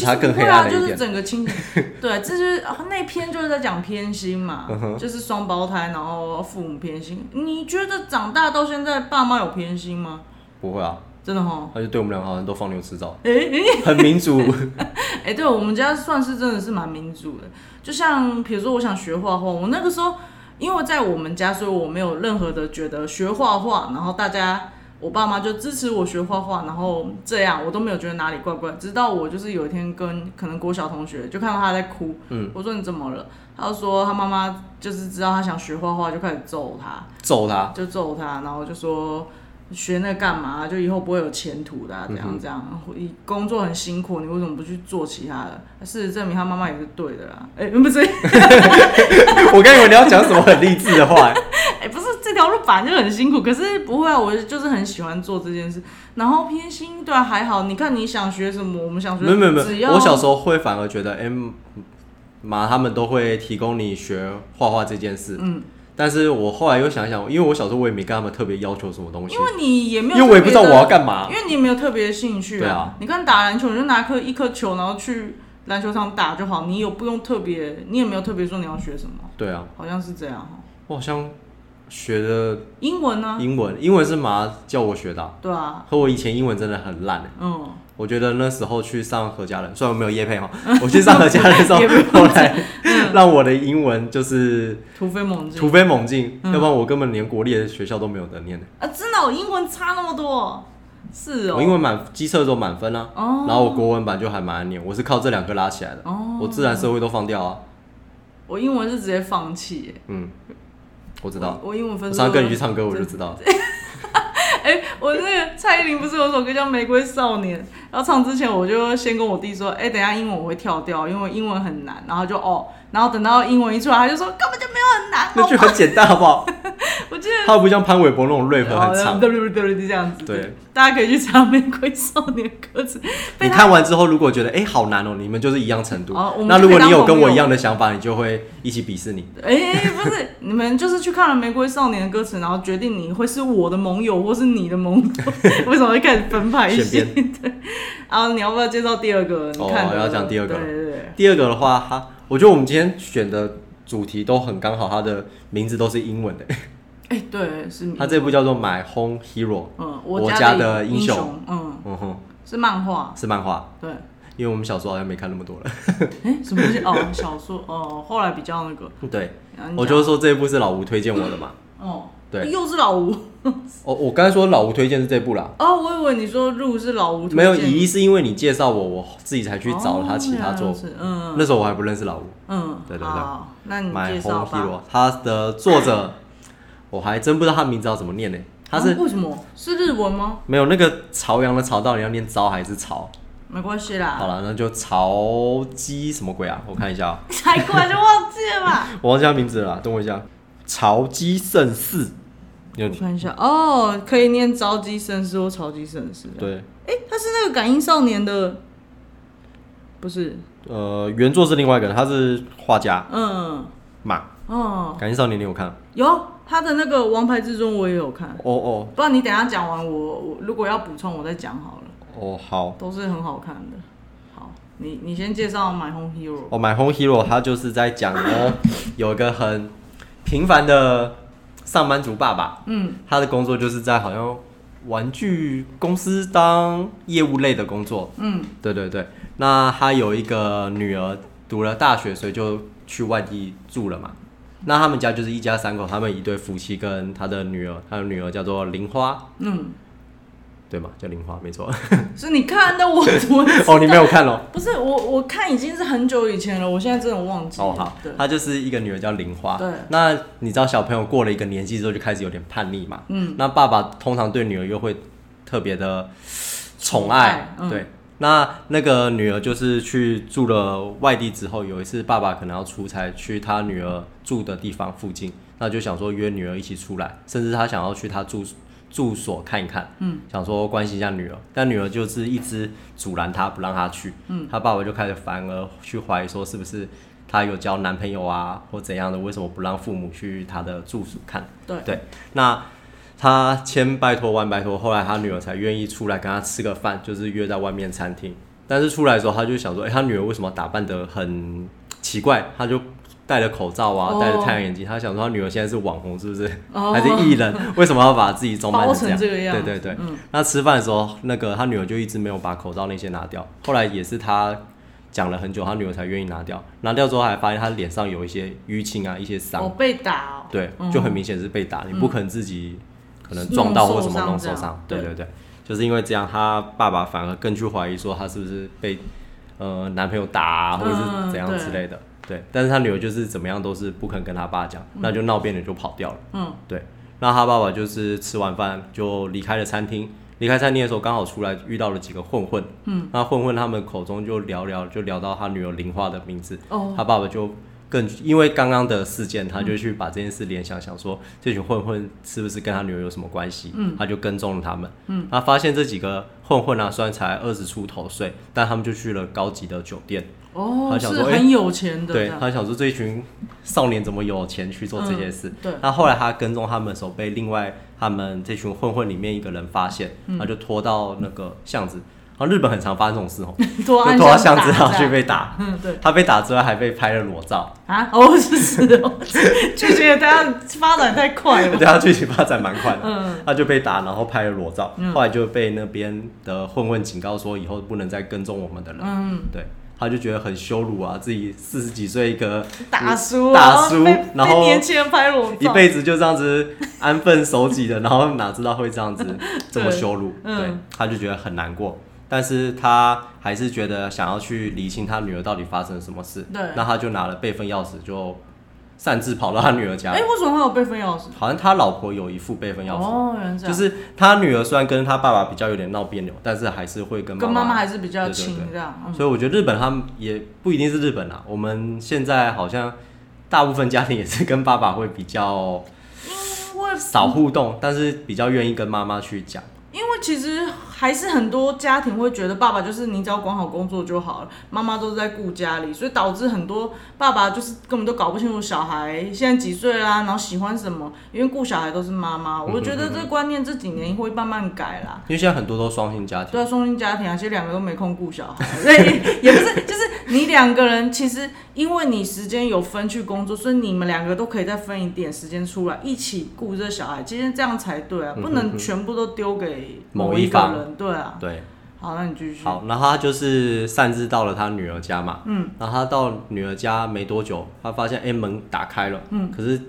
Speaker 1: 其实
Speaker 2: 是它更
Speaker 1: 不
Speaker 2: 黑
Speaker 1: 会
Speaker 2: 暗
Speaker 1: 啊，
Speaker 2: 了
Speaker 1: 就
Speaker 2: 一
Speaker 1: 是
Speaker 2: 点。
Speaker 1: 整个亲， 对，这就是、啊、那篇就是在讲偏心嘛，
Speaker 2: 嗯
Speaker 1: 就是双胞胎，然后父母偏心。你觉得长大到现在，爸妈有偏心吗？
Speaker 2: 不会啊，
Speaker 1: 真的哦哈，
Speaker 2: 他就对我们两个好像都放牛吃草，
Speaker 1: 哎、哎
Speaker 2: 很民主。
Speaker 1: 哎，对我们家算是真的是蛮民主的。就像比如说，我想学画画，我那个时候因为在我们家，所以我没有任何的觉得学画画，然后大家我爸妈就支持我学画画，然后这样我都没有觉得哪里怪怪。直到我就是有一天跟可能国小同学就看到他在哭，
Speaker 2: 嗯，
Speaker 1: 我说你怎么了？他就说他妈妈就是知道他想学画画，就开始揍他。
Speaker 2: 揍他，
Speaker 1: 就揍他，然后就说学那干嘛？就以后不会有前途的啊、
Speaker 2: 嗯
Speaker 1: 怎样怎样？你工作很辛苦，你为什么不去做其他的？事实证明他妈妈也是对的啦。哎、不是， 哎、
Speaker 2: 我刚以为你要讲什么很励志的话、
Speaker 1: 哎不是，这条路本来就很辛苦，可是不会啊，我就是很喜欢做这件事。然后偏心对、啊、还好，你看你想学什么，我们想学，
Speaker 2: 没有没有
Speaker 1: 嗯只
Speaker 2: 没有，
Speaker 1: 要
Speaker 2: 我小时候会反而觉得，哎、妈他们都会提供你学画画这件事。
Speaker 1: 嗯，
Speaker 2: 但是我后来又想一想，因为我小时候我也没跟他们特别要求什么东西，
Speaker 1: 因为你哦也没有，
Speaker 2: 因为我也不知道我要干嘛
Speaker 1: 因。为你没有特别的兴趣
Speaker 2: 对
Speaker 1: 啊。
Speaker 2: 啊
Speaker 1: 你看打篮球，你就拿颗一颗球，然后去篮球场打就好，你有不用特别，你也没有特别说你要学什么，
Speaker 2: 对啊，
Speaker 1: 好像是这样哦。
Speaker 2: 我好像学的
Speaker 1: 英文呢、
Speaker 2: 英文，英文是妈叫我学的啊、
Speaker 1: 对啊，
Speaker 2: 可我以前英文真的很烂、欸，
Speaker 1: 嗯，
Speaker 2: 我觉得那时候去上何家人，虽然我没有业 配哈，我去上何家人的时候
Speaker 1: 也不用， 嗯
Speaker 2: 后来让我的英文就是
Speaker 1: 突飞猛进
Speaker 2: 突飞猛进，
Speaker 1: 嗯
Speaker 2: 要不然我根本连国立的学校都没有得念。
Speaker 1: 啊！真的、我英文差那么多，是哦，
Speaker 2: 我英文满机测都满分啊，
Speaker 1: 哦
Speaker 2: 然后我国文版就还蛮爱念，我是靠这两科拉起来的。
Speaker 1: 哦
Speaker 2: 我自然社会都放掉啊，
Speaker 1: 我英文是直接放弃耶，
Speaker 2: 嗯，我知道。
Speaker 1: 我英文分
Speaker 2: 我
Speaker 1: 数。
Speaker 2: 上次跟你去唱歌，我就知道。
Speaker 1: 哎、我那个蔡依林不是有首歌叫《玫瑰少年》，然后唱之前我就先跟我弟说，哎、等一下英文我会跳掉，因为英文很难。然后就哦，然后等到英文一出来，他就说根本就没有很难。
Speaker 2: 那句
Speaker 1: 我
Speaker 2: 很简单，好 不好？
Speaker 1: 我记得。
Speaker 2: 它不像潘玮柏那种 rap 很
Speaker 1: 然后
Speaker 2: 长。
Speaker 1: 对对对对，这样子。
Speaker 2: 对，
Speaker 1: 大家可以去查《玫瑰少年》歌词。被
Speaker 2: 你
Speaker 1: 他
Speaker 2: 看完之后，如果觉得哎、好难哦，你们就是一样程度。
Speaker 1: 哦我们
Speaker 2: 那
Speaker 1: 就
Speaker 2: 如果
Speaker 1: 可以
Speaker 2: 你
Speaker 1: 当
Speaker 2: 有跟
Speaker 1: 朋友
Speaker 2: 我一样的想法，你就会一起鄙视你。
Speaker 1: 哎、不是，你们就是去看了《玫瑰少年》的歌词，然后决定你会是我的盟友，或是你的盟 友，为什么会开始分派一些？
Speaker 2: 选
Speaker 1: 对， 然后你要不要介绍第二个？你
Speaker 2: 哦
Speaker 1: 看的、
Speaker 2: 要讲第二个
Speaker 1: 对对对，
Speaker 2: 第二个的话，哈，我觉得我们今天选的主题都很刚好，它的名字都是英文的。
Speaker 1: 哎、对，是
Speaker 2: 它这部叫做《My Home Hero》，
Speaker 1: 嗯，
Speaker 2: 我
Speaker 1: 家
Speaker 2: 家的
Speaker 1: 英
Speaker 2: 英雄
Speaker 1: 嗯，
Speaker 2: 嗯哼，
Speaker 1: 是漫画，
Speaker 2: 是漫画，
Speaker 1: 对，
Speaker 2: 因为我们小时候好像没看那么 多了。
Speaker 1: 哎、什么东西？哦，小说，哦，后来比较那个，
Speaker 2: 对，
Speaker 1: 然后你
Speaker 2: 我
Speaker 1: 讲
Speaker 2: 就说这一部是老吴推荐我的嘛。
Speaker 1: 哦，
Speaker 2: 对
Speaker 1: 又是老吴，
Speaker 2: 哦，我刚才说老吴推荐是这部啦，
Speaker 1: 哦，我以为你说入是老吴推荐，
Speaker 2: 没有乙一是因为你介绍我，我自己才去找他
Speaker 1: 哦
Speaker 2: 其他作
Speaker 1: 原来如
Speaker 2: 品
Speaker 1: 此。嗯
Speaker 2: 那时候我还不认识老吴。
Speaker 1: 嗯，
Speaker 2: 对对对
Speaker 1: 好，那你
Speaker 2: My
Speaker 1: 介绍
Speaker 2: Home
Speaker 1: 吧
Speaker 2: Hero，。他的作者 我还真不知道他名字要怎么念呢。他是
Speaker 1: 啊为什么是日文吗？
Speaker 2: 没有那个朝阳的朝，到底要念朝还是朝？
Speaker 1: 没关系啦，
Speaker 2: 好了，那就朝姬什么鬼啊？我看一下啊，
Speaker 1: 才过来就忘记了吧？
Speaker 2: 我忘记他名字了啦，等我一下。朝姬胜寺，有
Speaker 1: 我看一下，哦，可以念招姬绅士或朝姬绅士。，
Speaker 2: 对，
Speaker 1: 哎、他是那个感应少年的，不是？
Speaker 2: 呃，原作是另外一个人，他是画家
Speaker 1: 嗯，
Speaker 2: 马。
Speaker 1: 哦，
Speaker 2: 感谢少年，你有看？
Speaker 1: 有他的那个《王牌至尊》，我也有看。
Speaker 2: 哦哦
Speaker 1: 不然你等一下讲完我，我如果要补充，我再讲好了，
Speaker 2: 哦，好。
Speaker 1: 都是很好看的。好，你你先介绍《My Home Hero》。
Speaker 2: 哦，《My Home Hero》他就是在讲 呢，有一个很平凡的上班族爸爸，
Speaker 1: 嗯，
Speaker 2: 他的工作就是在好像玩具公司当业务类的工作。
Speaker 1: 嗯
Speaker 2: 对对对，那他有一个女儿读了大学，所以就去外地住了嘛。那他们家就是一家三口，他们一对夫妻跟他的女儿，他的女儿叫做玲花，
Speaker 1: 嗯，
Speaker 2: 对吗？叫玲花，没错。
Speaker 1: 是你看的我我
Speaker 2: 哦，你没有看哦。
Speaker 1: 不是我我看已经是很久以前了，我现在真的忘记了。
Speaker 2: 哦，好
Speaker 1: 对，，
Speaker 2: 她就是一个女儿叫玲花。
Speaker 1: 对
Speaker 2: 那你知道小朋友过了一个年纪之后就开始有点叛逆嘛？
Speaker 1: 嗯，
Speaker 2: 那爸爸通常对女儿又会特别的宠爱，
Speaker 1: 宠爱嗯
Speaker 2: 对。那那个女儿就是去住了外地之后，有一次爸爸可能要出差，去他女儿住的地方附近，那就想说约女儿一起出来，甚至他想要去她住住所看一看，
Speaker 1: 嗯，
Speaker 2: 想说关心一下女儿，但女儿就是一直阻拦他，不让他去，嗯，他爸爸就开始反而去怀疑说是不是她有交男朋友啊，或怎样的，为什么不让父母去她的住所看？
Speaker 1: 对
Speaker 2: 对，那他千拜托万拜托，后来他女儿才愿意出来跟他吃个饭，就是约在外面餐厅。但是出来的时候，他就想说，哎、他女儿为什么打扮得很奇怪？他就戴了口罩啊，
Speaker 1: 哦
Speaker 2: 戴了太阳眼镜，他想说啊他女儿现在是网红是不是？
Speaker 1: 哦
Speaker 2: 还是艺 人？为什么要把自己装扮这
Speaker 1: 包成这个样
Speaker 2: 对
Speaker 1: 子
Speaker 2: 对对。
Speaker 1: 嗯
Speaker 2: 那吃饭的时候，那个他女儿就一直没有把口罩那些拿掉，后来也是他。讲了很久，他女儿才愿意拿掉。拿掉之后，还发现他脸上有一些淤青啊，一些伤。
Speaker 1: 我被打、哦，
Speaker 2: 对，
Speaker 1: 嗯
Speaker 2: 就很明显是被打，你不可能自己可能
Speaker 1: 弄
Speaker 2: 撞到或
Speaker 1: 受
Speaker 2: 什么
Speaker 1: 伤
Speaker 2: 弄
Speaker 1: 这
Speaker 2: 受
Speaker 1: 样
Speaker 2: 伤，对
Speaker 1: 对
Speaker 2: 对对，就是因为这样，他爸爸反而更去怀疑说他是不是被呃男朋友打、啊、或者
Speaker 1: 嗯
Speaker 2: 是怎样
Speaker 1: 对
Speaker 2: 之类的，对，但是他女儿就是怎么样都是不肯跟他爸讲，那就闹别扭就跑掉了，
Speaker 1: 嗯
Speaker 2: 对，那他爸爸就是吃完饭就离开了餐厅。离开餐厅的时候，刚好出来遇到了几个混混，
Speaker 1: 嗯，
Speaker 2: 那混混他们口中就聊聊，就聊到他女儿玲花的名字，
Speaker 1: 哦
Speaker 2: 他爸爸就更因为刚刚的事件，他就去把这件事联想，想说这群混混是不是跟他女儿有什么关系？
Speaker 1: 嗯
Speaker 2: 他就跟踪了他们。
Speaker 1: 嗯，
Speaker 2: 他发现这几个混混啊，虽然才二十出头岁，但他们就去了高级的酒店。
Speaker 1: 哦，
Speaker 2: 他
Speaker 1: 是
Speaker 2: 想说哎
Speaker 1: 很有钱的这
Speaker 2: 对
Speaker 1: 样，
Speaker 2: 他想说这群少年怎么有钱去做这些事？
Speaker 1: 嗯对
Speaker 2: 那后来他跟踪他们的时候，被另外他们这群混混里面一个人发现，
Speaker 1: 嗯
Speaker 2: 他就拖到那个巷子。然后日本很常发生这 种事哦，
Speaker 1: 拖
Speaker 2: 就
Speaker 1: 暗
Speaker 2: 拖到巷
Speaker 1: 箱
Speaker 2: 子
Speaker 1: 打
Speaker 2: 然后
Speaker 1: 这
Speaker 2: 去
Speaker 1: 样
Speaker 2: 被打。
Speaker 1: 嗯对
Speaker 2: 他被打之外还被拍了裸 照。
Speaker 1: 啊，哦是是 哦，就觉得大家发展太快了，
Speaker 2: 对他剧情发展蛮快的，
Speaker 1: 嗯
Speaker 2: 他就被打，然后拍了裸照，
Speaker 1: 嗯
Speaker 2: 后来就被那边的混混警告说以后不能再跟踪我们的人，
Speaker 1: 嗯，
Speaker 2: 对，他就觉得很羞辱啊，自己四十几岁一个
Speaker 1: 大叔
Speaker 2: 大叔
Speaker 1: 然哦后被，
Speaker 2: 然
Speaker 1: 被
Speaker 2: 后
Speaker 1: 年轻人拍裸照，
Speaker 2: 一辈子就这样子安分守己的，然后哪知道会 这样子这么
Speaker 1: 对
Speaker 2: 羞辱，
Speaker 1: 嗯
Speaker 2: 对，他就觉得很难过。但是他还是觉得想要去理清他女儿到底发生了什么事，
Speaker 1: 对
Speaker 2: 那他就拿了备份钥匙就擅自跑到他女儿家
Speaker 1: 哎、。为什么会有备份钥匙？
Speaker 2: 好像他老婆有一副备份钥匙，
Speaker 1: 哦，原来这
Speaker 2: 就
Speaker 1: 样。
Speaker 2: 是他女儿虽然跟他爸爸比较有点闹别扭，但是还是会跟
Speaker 1: 跟
Speaker 2: 妈
Speaker 1: 妈妈还是比较亲
Speaker 2: 对对对
Speaker 1: 这样嗯
Speaker 2: 所以我觉得日本他们也不一定是日本啦，我们现在好像大部分家庭也是跟爸爸会比较
Speaker 1: 因为
Speaker 2: 少互动，但是比较愿意跟妈妈去讲。
Speaker 1: 因为其实还是很多家庭会觉得爸爸就是你只要管好工作就好了，妈妈都是在顾家里，所以导致很多爸爸就是根本都搞不清楚小孩现在几岁啦，然后喜欢什么，因为顾小孩都是妈妈。我觉得这个观念这几年会慢慢改啦。
Speaker 2: 因为现在很多都双性家庭，
Speaker 1: 对啊，双薪家庭啊，其实两个都没空顾小孩， 所以也不是，就是你两个人其实因为你时间有分去工作，所以你们两个都可以再分一点时间出来一起顾这小孩，其实这样才对啊，
Speaker 2: 嗯
Speaker 1: 不能全部都丢给
Speaker 2: 某
Speaker 1: 一
Speaker 2: 一
Speaker 1: 个
Speaker 2: 方
Speaker 1: 人，对啊。
Speaker 2: 对，
Speaker 1: 好，那你继续。
Speaker 2: 好，然后他就是擅自到了他女儿家嘛，嗯，然后他到女儿家没多久，他发现哎、诶门打开了，嗯，可是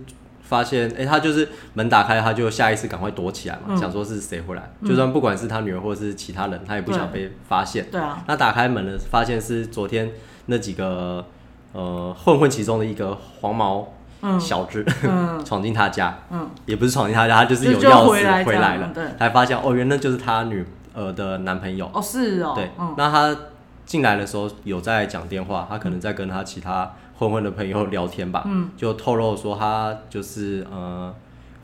Speaker 2: 发现哎、诶他就是门打开，他就下意识赶快躲起来嘛，想说是谁回来，就算不管是他女儿或是其他人，他也不想被发现。
Speaker 1: 对啊，
Speaker 2: 那打开门呢，发现是昨天那几个呃混混其中的一个黄毛
Speaker 1: 嗯
Speaker 2: 小子、
Speaker 1: 嗯
Speaker 2: 闯进他家，
Speaker 1: 嗯，
Speaker 2: 也不是闯进他家，他就是
Speaker 1: 就
Speaker 2: 有
Speaker 1: 就
Speaker 2: 钥匙
Speaker 1: 回来这
Speaker 2: 回
Speaker 1: 样
Speaker 2: 来了
Speaker 1: 对，
Speaker 2: 才发现哦，原来就是他女儿的男朋友。
Speaker 1: 哦是哦，
Speaker 2: 对，
Speaker 1: 嗯，
Speaker 2: 那他进来的时候有在讲电话，他可能在跟他其他混混的朋友聊天吧，嗯，就透露说他就是呃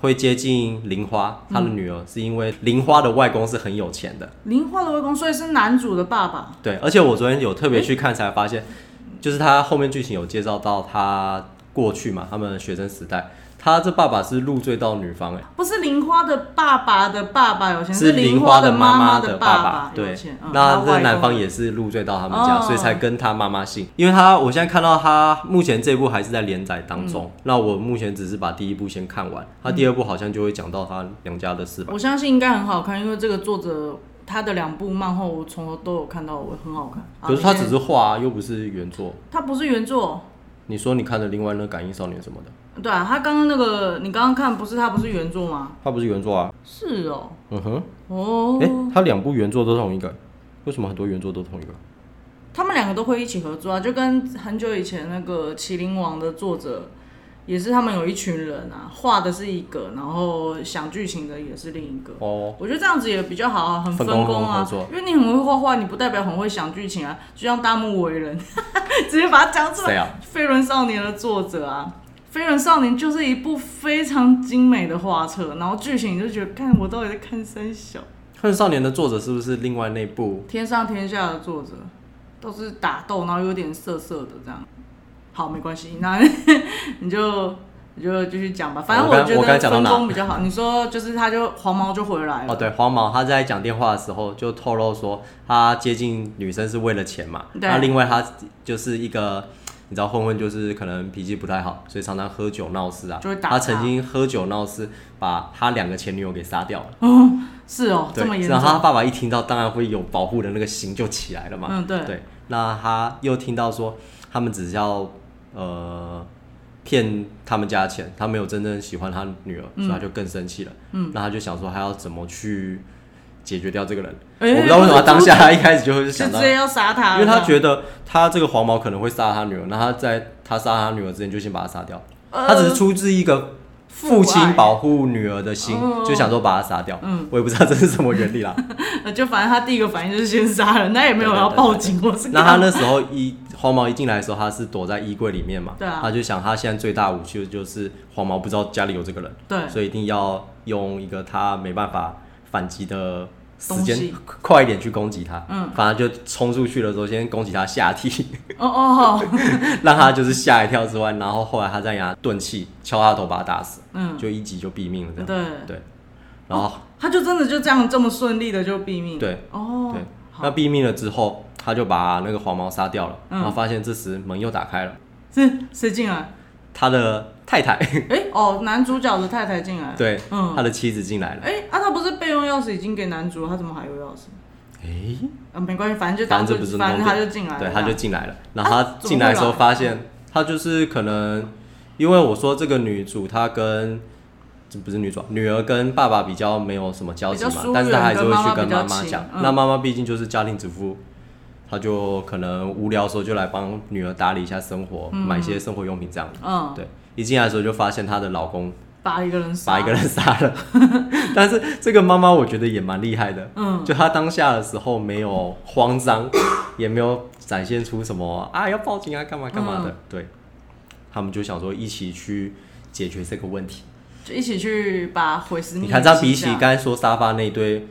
Speaker 2: 会接近玲花，他的
Speaker 1: 嗯
Speaker 2: 女儿、是因为玲花的外公是很有钱的，
Speaker 1: 林化的外公，所以是男主的爸爸，
Speaker 2: 对，而且我昨天有特别去看才发现，就是他后面剧情有介绍到他过去嘛，他们学生时代。他这爸爸是入赘到女方哎、
Speaker 1: 不是林花的爸爸的爸爸有钱，嗯是
Speaker 2: 玲
Speaker 1: 花
Speaker 2: 的
Speaker 1: 妈
Speaker 2: 妈
Speaker 1: 的
Speaker 2: 爸
Speaker 1: 爸有
Speaker 2: 对
Speaker 1: 钱，嗯，
Speaker 2: 那
Speaker 1: 然后外
Speaker 2: 这
Speaker 1: 公
Speaker 2: 男方也是入赘到他们家，
Speaker 1: 哦
Speaker 2: 所以才跟他妈妈姓。因为他我现在看到他目前这部还是在连载当中，
Speaker 1: 嗯
Speaker 2: 那我目前只是把第一部先看完，他第二部好像就会讲到他娘家的事吧。
Speaker 1: 我相信应该很好看，因为这个作者他的两部漫画我从头都有看到，我很好看。
Speaker 2: 可是他只
Speaker 1: 啊
Speaker 2: 是画、啊，又不是原作。
Speaker 1: 他不是原作，
Speaker 2: 你说你看的另外那《感应少年》什么的，
Speaker 1: 对啊，他刚刚那个你刚刚看不是他不是原作吗？
Speaker 2: 他不是原作啊？
Speaker 1: 是哦，
Speaker 2: 嗯哼，
Speaker 1: 哦，
Speaker 2: 哎、他两部原作都同一个，为什么很多原作都同一个？
Speaker 1: 他们两个都会一起合作啊，就跟很久以前那个《麒麟王》的作者。也是他们有一群人啊，画的是一个，然后想剧情的也是另一个。
Speaker 2: 哦，
Speaker 1: 我觉得这样子也比较好啊，很分
Speaker 2: 分工
Speaker 1: 工啊
Speaker 2: 合作，
Speaker 1: 因为你很会画画，你不代表很会想剧情啊。就像大木为人， 直接把它讲出
Speaker 2: 谁
Speaker 1: 来。
Speaker 2: 啊
Speaker 1: 飞轮少年》的作者啊，《飞轮少年》就是一部非常精美的画册，然后剧情你就觉得，看我到底在看三小。
Speaker 2: 《恨少年》的作者是不是另外那部？
Speaker 1: 天上天下的作者都是打斗，然后有点涩涩的这样。好，没关系，那 你就你就继续讲吧。反正
Speaker 2: 我刚
Speaker 1: 觉
Speaker 2: 我刚
Speaker 1: 得
Speaker 2: 讲到
Speaker 1: 分
Speaker 2: 哪
Speaker 1: 工比较好。你说就是他就黄毛就回来了，
Speaker 2: 哦，对，黄毛他在讲电话的时候就透露说，他接近女生是为了钱嘛。
Speaker 1: 对
Speaker 2: 那另外他就是一个，你知道混混就是可能脾气不太好，所以常常喝酒闹事啊。
Speaker 1: 就会打
Speaker 2: 他
Speaker 1: 架
Speaker 2: 曾经喝酒闹事，把他两个前女友给杀掉了。
Speaker 1: 是哦，这么
Speaker 2: 对，
Speaker 1: 严
Speaker 2: 然
Speaker 1: 重
Speaker 2: 后。他爸爸一听到，当然会有保护的那个心就起来了嘛。
Speaker 1: 嗯对
Speaker 2: 对，那他又听到说，他们只是要呃骗他们家钱，他没有真正喜欢他女儿，所以他就更生气了。嗯，那他就想说，他要怎么去解决掉这个人？
Speaker 1: 哎
Speaker 2: 我不知道为什么他当下他一开始就会
Speaker 1: 就
Speaker 2: 想
Speaker 1: 直
Speaker 2: 到，
Speaker 1: 接要杀他了，
Speaker 2: 因为他
Speaker 1: 得
Speaker 2: 觉得他这个黄毛可能会杀他女儿，那他在他杀他女儿之前就先把他杀掉，
Speaker 1: 呃
Speaker 2: 他只是出自一个。父
Speaker 1: 父爱
Speaker 2: 亲保护女儿的心
Speaker 1: 哦，
Speaker 2: 就想说把他杀掉。
Speaker 1: 嗯
Speaker 2: 我也不知道这是什么原理啦。
Speaker 1: 就反正他第一个反应就是先杀人，那也 没有要报警或是干嘛。
Speaker 2: 那他那时候一黄毛一进来的时候，他是躲在衣柜里面嘛，
Speaker 1: 对啊
Speaker 2: 他就想他现在最大武器就是黄毛不知道家里有这个人，
Speaker 1: 对
Speaker 2: 所以一定要用一个他没办法反击的时
Speaker 1: 东
Speaker 2: 间
Speaker 1: 西
Speaker 2: 快一点去攻击他，
Speaker 1: 嗯
Speaker 2: 反正就冲出去的时候先攻击他下体，
Speaker 1: 哦哦，
Speaker 2: 让他就是吓一跳之外，然后后来他再给他钝器敲他头把他打死，
Speaker 1: 嗯
Speaker 2: 就一击就毙命了这样，
Speaker 1: 对哦
Speaker 2: 对，然后、
Speaker 1: 他就真的就这样这么顺利的就毙命。
Speaker 2: 对，
Speaker 1: 哦
Speaker 2: 对，，
Speaker 1: 好
Speaker 2: 那毙命了之后，他就把那个黄毛杀掉了，
Speaker 1: 嗯
Speaker 2: 然后发现这时门又打开了。
Speaker 1: 是谁进来？
Speaker 2: 他的太太，
Speaker 1: 哎哦，男主角的太太进来。，
Speaker 2: 对，
Speaker 1: 嗯
Speaker 2: 他的妻子进来了。
Speaker 1: 哎啊，他不是备用钥匙已经给男主了，他怎么还有钥匙？
Speaker 2: 诶，
Speaker 1: 啊，没关系，反正就
Speaker 2: 反
Speaker 1: 当
Speaker 2: 正这不是
Speaker 1: 反正
Speaker 2: 重点
Speaker 1: 他就进来了，
Speaker 2: 对，他就进来了。然后
Speaker 1: 啊
Speaker 2: 他进来的时候
Speaker 1: 怎么会
Speaker 2: 发现，他就是可能，因为我说这个女主她跟这不是女主啊，女儿跟爸爸比较没有什么交集
Speaker 1: 比较
Speaker 2: 嘛
Speaker 1: 疏，远
Speaker 2: 但是她还是会去跟
Speaker 1: 跟妈妈
Speaker 2: 妈
Speaker 1: 比较
Speaker 2: 妈
Speaker 1: 亲
Speaker 2: 讲。
Speaker 1: 嗯
Speaker 2: 那妈妈毕竟就是家庭主妇。她就可能无聊的时候就来帮女儿打理一下生活，买一些生活用品这样。
Speaker 1: 嗯，
Speaker 2: 对，一进来的时候就发现她的老公
Speaker 1: 把一个人杀，
Speaker 2: 把一个人 杀了。 但是这个妈妈我觉得也蛮厉害的，
Speaker 1: 嗯
Speaker 2: 就她当下的时候没有慌张， 也没有展现出什么啊要报警啊干嘛干嘛的，
Speaker 1: 嗯
Speaker 2: 对，他们就想说一起去解决这个问题。
Speaker 1: 就一起去把毁尸灭
Speaker 2: 你
Speaker 1: 迹
Speaker 2: 看，这样比起
Speaker 1: 一下
Speaker 2: 刚才说沙发那一对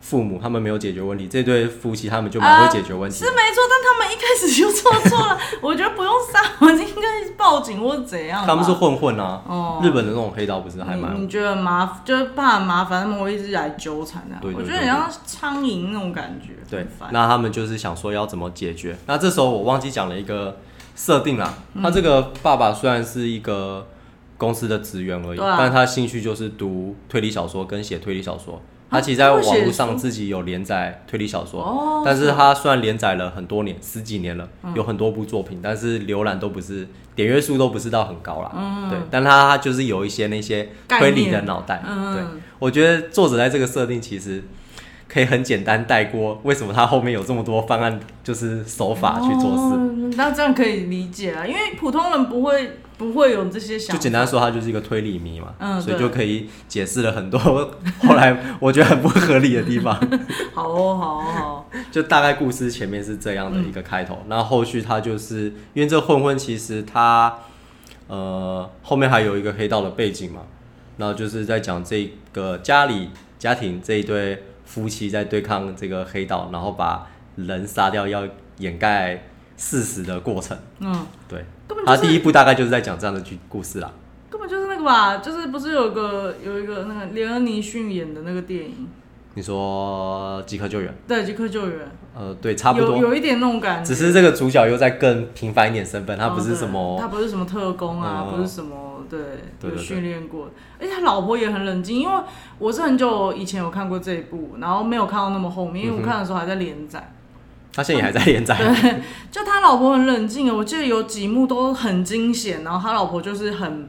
Speaker 2: 父母，他们没有解决问题，这对夫妻他们就蛮会解决问题
Speaker 1: 啊是。没错，但他们一开始就做错了，我觉得不用杀，我应该是报警或者怎样吧。
Speaker 2: 他们是混混啊，
Speaker 1: 哦嗯
Speaker 2: 日本的那种黑道不是还蛮
Speaker 1: 你你觉得麻，就是怕很麻烦，他们会一直来纠缠啊。
Speaker 2: 对对对
Speaker 1: 我觉得很像苍蝇那种感觉，
Speaker 2: 对
Speaker 1: 很，烦
Speaker 2: 那他们就是想说要怎么解决。那这时候我忘记讲了一个设定啦，
Speaker 1: 嗯
Speaker 2: 他这个爸爸虽然是一个公司的职员而已，
Speaker 1: 对啊
Speaker 2: 但他兴趣就是读推理小说跟写推理小说。
Speaker 1: 啊
Speaker 2: 他其实在
Speaker 1: 他会写
Speaker 2: 网络
Speaker 1: 书
Speaker 2: 上自己有连载推理小说，
Speaker 1: 哦嗯
Speaker 2: 但是他虽然连载了很多年，十几年了，有很多部作品，但是浏览都不是点阅数都不是到很高
Speaker 1: 嗯
Speaker 2: 啦。对，但他他就是有一些那些
Speaker 1: 概
Speaker 2: 推理
Speaker 1: 念
Speaker 2: 的脑袋。
Speaker 1: 嗯
Speaker 2: 对，我觉得作者在这个设定其实可以很简单带过，为什么他后面有这么多方案，就是手法去做事。
Speaker 1: 哦那这样可以理解啊，因为普通人不会不会有这些想
Speaker 2: 就
Speaker 1: 法。
Speaker 2: 简单说，他就是一个推理迷嘛，
Speaker 1: 嗯
Speaker 2: 所以
Speaker 1: 对
Speaker 2: 就可以解释了很多 后来我觉得很不合理的地方。
Speaker 1: 好哦，好哦，好哦。
Speaker 2: 就大概故事前面是这样的一个开头，
Speaker 1: 嗯
Speaker 2: 那后续他就是因为这混混其实他呃后面还有一个黑道的背景嘛，然后就是在讲这个家里家庭这一对夫妻在对抗这个黑道，然后把人杀掉要掩盖事实的过程。
Speaker 1: 嗯，
Speaker 2: 对，
Speaker 1: 根本就
Speaker 2: 他
Speaker 1: 是
Speaker 2: 第一部大概就是在讲这样的剧故事啦。
Speaker 1: 根本就是那个吧，就是不是有个有一个那个连恩尼逊演的那个电影
Speaker 2: 你说即刻救援？
Speaker 1: 《对即刻救援》，
Speaker 2: 呃，对，差不
Speaker 1: 有
Speaker 2: 多
Speaker 1: 有。一点那种感觉。
Speaker 2: 只是这个主角又在更平凡一点身份，他不
Speaker 1: 哦
Speaker 2: 是
Speaker 1: 对
Speaker 2: 什么
Speaker 1: 他不是什么特工啊，
Speaker 2: 嗯
Speaker 1: 不是什么对，
Speaker 2: 对
Speaker 1: 有
Speaker 2: 对
Speaker 1: 训练过的，而且他老婆也很冷静，因为我是很久以前有看过这一部，然后没有看到那么后面，
Speaker 2: 嗯
Speaker 1: 因为我看的时候还在连载。
Speaker 2: 他现在也还在连 载。
Speaker 1: 就他老婆很冷静的，我记得有几幕都很惊险，然后他老婆就是很，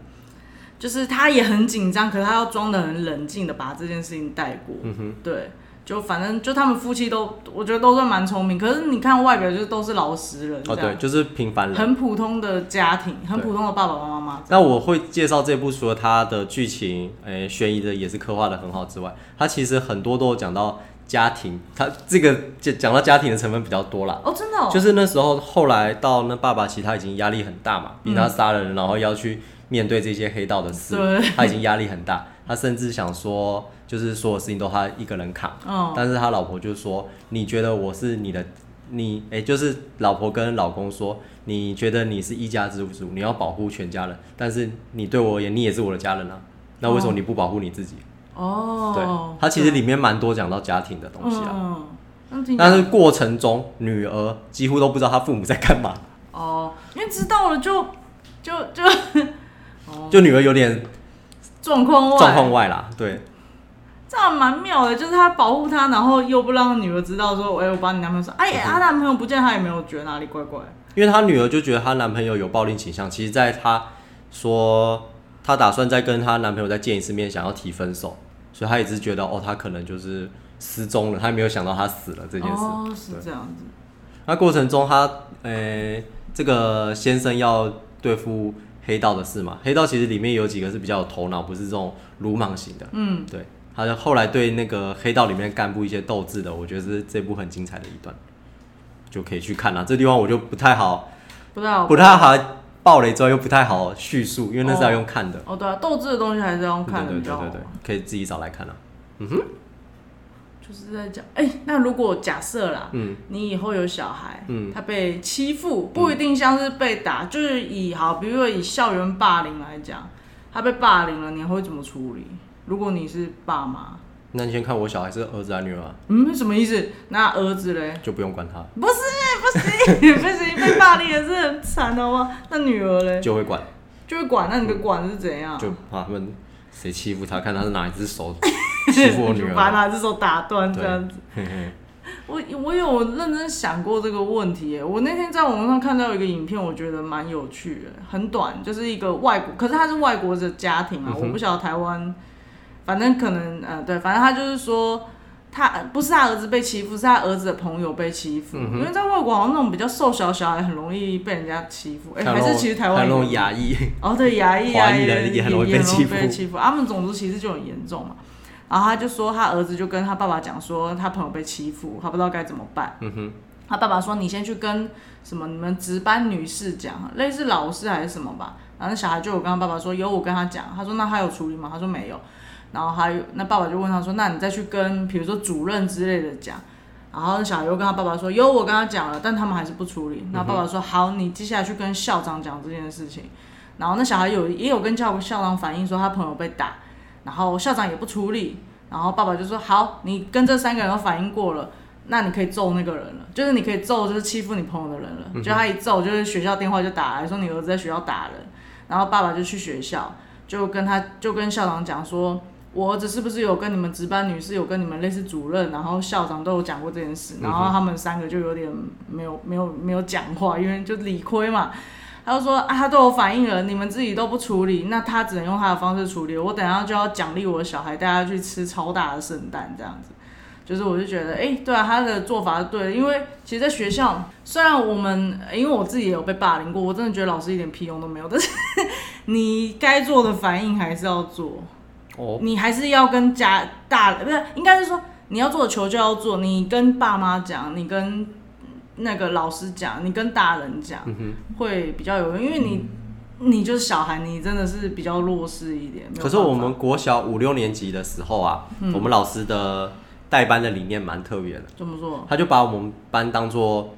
Speaker 1: 就是他也很紧张，可是他要装的很冷静的把这件事情带过。
Speaker 2: 嗯哼，
Speaker 1: 对，就反正就他们夫妻都，我觉得都算蛮聪明，可是你看外表就是都是老实人，这
Speaker 2: 哦，
Speaker 1: 样、
Speaker 2: 对，就是平凡人。
Speaker 1: 很普通的家庭，很
Speaker 2: 对
Speaker 1: 普通的爸爸妈妈。
Speaker 2: 那我会介绍这部，除了它的剧情，诶、悬疑的也是刻画的很好之外，它其实很多都有讲到家庭，它这个讲讲到家庭的成分比较多啦。
Speaker 1: 哦，真的、哦，
Speaker 2: 就是那时候后来到那爸爸，其实他已经压力很大嘛，
Speaker 1: 嗯
Speaker 2: 逼他杀了人，然后要去面对这些黑道的事
Speaker 1: 对，
Speaker 2: 他已经压力很大，他甚至想说，就是所有事情都他一个人扛。
Speaker 1: 嗯，
Speaker 2: 但是他老婆就说：“你觉得我是你的，你哎、就是老婆跟老公说，你觉得你是一家之主，你要保护全家人，但是你对我而言，你也是我的家人啊，那为什么你不保护你自己？
Speaker 1: 哦
Speaker 2: 对，，他其实里面蛮多讲到家庭的东西啊，
Speaker 1: 嗯，嗯，那挺
Speaker 2: 但是过程中女儿几乎都不知道她父母在干嘛，
Speaker 1: 哦，因为知道了就就就
Speaker 2: 就女儿有点
Speaker 1: 状况哦外，
Speaker 2: 状况外啦，对，
Speaker 1: 这样蛮妙的，就是他保护她，然后又不让女儿知道说，哎、我把你男朋友杀，哎、她男朋友不见，她也没有觉得哪里怪怪，
Speaker 2: 因为她女儿就觉得她男朋友有暴力倾向，其实在她说她打算再跟她男朋友再见一次面，想要提分手，所以她也是觉得哦，她可能就是失踪了，她没有想到她死了这件事。
Speaker 1: 哦，是这样子，
Speaker 2: 那过程中她，呃，这个先生要对付黑道的事嘛，黑道其实里面有几个是比较有头脑，不是这种鲁莽型的，
Speaker 1: 嗯，
Speaker 2: 对。他就后来对那个黑道里面干部一些斗志的，我觉得是这部很精彩的一段，就可以去看了、这地方我就不太好
Speaker 1: 不太好，
Speaker 2: 不太好爆雷之后又不太好叙述，因为那是要用看的。
Speaker 1: 哦，对啊，斗志的东西还是要用看的
Speaker 2: 对对
Speaker 1: 比较
Speaker 2: 对
Speaker 1: 好
Speaker 2: 对对，可以自己找来看了、啊
Speaker 1: 就是在讲，哎、那如果假设啦，
Speaker 2: 嗯，
Speaker 1: 你以后有小孩，
Speaker 2: 嗯
Speaker 1: 他被欺负，不一定像是被打，就是以好，比如说以校园霸凌来讲，他被霸凌了，你会怎么处理？如果你是爸妈，
Speaker 2: 那你先看我小孩是儿子还是女儿啊、
Speaker 1: 嗯，什么意思？那儿子嘞？
Speaker 2: 就不用管他，
Speaker 1: 不是， 不行，不行，被霸凌也是很惨的，好不好？那女儿嘞？
Speaker 2: 就会管，
Speaker 1: 就会管，那你的管是怎样？
Speaker 2: 就怕他们谁欺负他，看他是哪一 只手欺负我女
Speaker 1: 就把
Speaker 2: 儿。啊
Speaker 1: 他这手打断这
Speaker 2: 对
Speaker 1: 样子。，
Speaker 2: 嘿嘿
Speaker 1: 我我有认真想过这个问题耶。我那天在网络上看到一个影片，我觉得蛮有趣的，很短，就是一个外国，可是他是外国
Speaker 2: 嗯
Speaker 1: 的家庭啊，我不晓得台湾，反正可能呃对，反正他就是说。他不是他儿子被欺负，是他儿子的朋友被欺负。
Speaker 2: 嗯
Speaker 1: 因为在外国好像那种比较瘦小的小孩很容易被人家欺负，哎、
Speaker 2: 看
Speaker 1: 还
Speaker 2: 那种
Speaker 1: 是其实台湾
Speaker 2: 看那种
Speaker 1: 也有
Speaker 2: 亚裔，
Speaker 1: 哦，对，牙医
Speaker 2: 华
Speaker 1: 牙
Speaker 2: 裔
Speaker 1: 医
Speaker 2: 人也很容易被
Speaker 1: 被
Speaker 2: 欺负
Speaker 1: 负啊他们种族歧视就很严重嘛。然后他就说，他儿子就跟他爸爸讲说，他朋友被欺负，他不知道该怎么办。
Speaker 2: 嗯哼，
Speaker 1: 他爸爸说，你先去跟什么你们值班女士讲，类似老师还是什么吧。然后那小孩就有跟他爸爸说，有我跟他讲，他说那他有处理吗？他说没有。然后还有那爸爸就问他说，那你再去跟比如说主任之类的讲。然后那小孩又跟他爸爸说，有我跟他讲了，但他们还是不处理。然后
Speaker 2: 嗯
Speaker 1: 爸爸说，好，你接下来去跟校长讲这件事情。然后那小孩有也有跟校校长反映说他朋友被打，然后校长也不处理，然后爸爸就说好，你跟这三个人都反映过了，那你可以揍那个人了，就是你可以揍就是欺负你朋友的人了，就他一揍就是学校电话就打来说你儿子在学校打人，然后爸爸就去学校就跟他就跟校长讲说。我儿子是不是有跟你们值班女士有跟你们类似主任，然后校长都有讲过这件事，然后他们三个就有点没有没有没有讲话，因为就理亏嘛。他就说啊，他都有反应了，你们自己都不处理，那他只能用他的方式处理。我等一下就要奖励我的小孩，带他去吃超大的圣诞这样子。就是我就觉得，哎、对啊，他的做法是对的，因为其实，在学校虽然我们，呃因为我自己也有被霸凌过，我真的觉得老师一点屁用都没有，但是 你该做的反应还是要做。
Speaker 2: 哦，
Speaker 1: 你还是要跟家大不是，应该是说你要做的球就要做，你跟爸妈讲，你跟那个老师讲，你跟大人讲，
Speaker 2: 嗯
Speaker 1: 会比较有用，因为你、你就是小孩，你真的是比较弱势一点。没有
Speaker 2: 可是我
Speaker 1: 办
Speaker 2: 们
Speaker 1: 法嗯
Speaker 2: 国小五六年级的时候啊，我们老师的带班的理念蛮特别的，
Speaker 1: 怎么说？
Speaker 2: 他就把我们班当做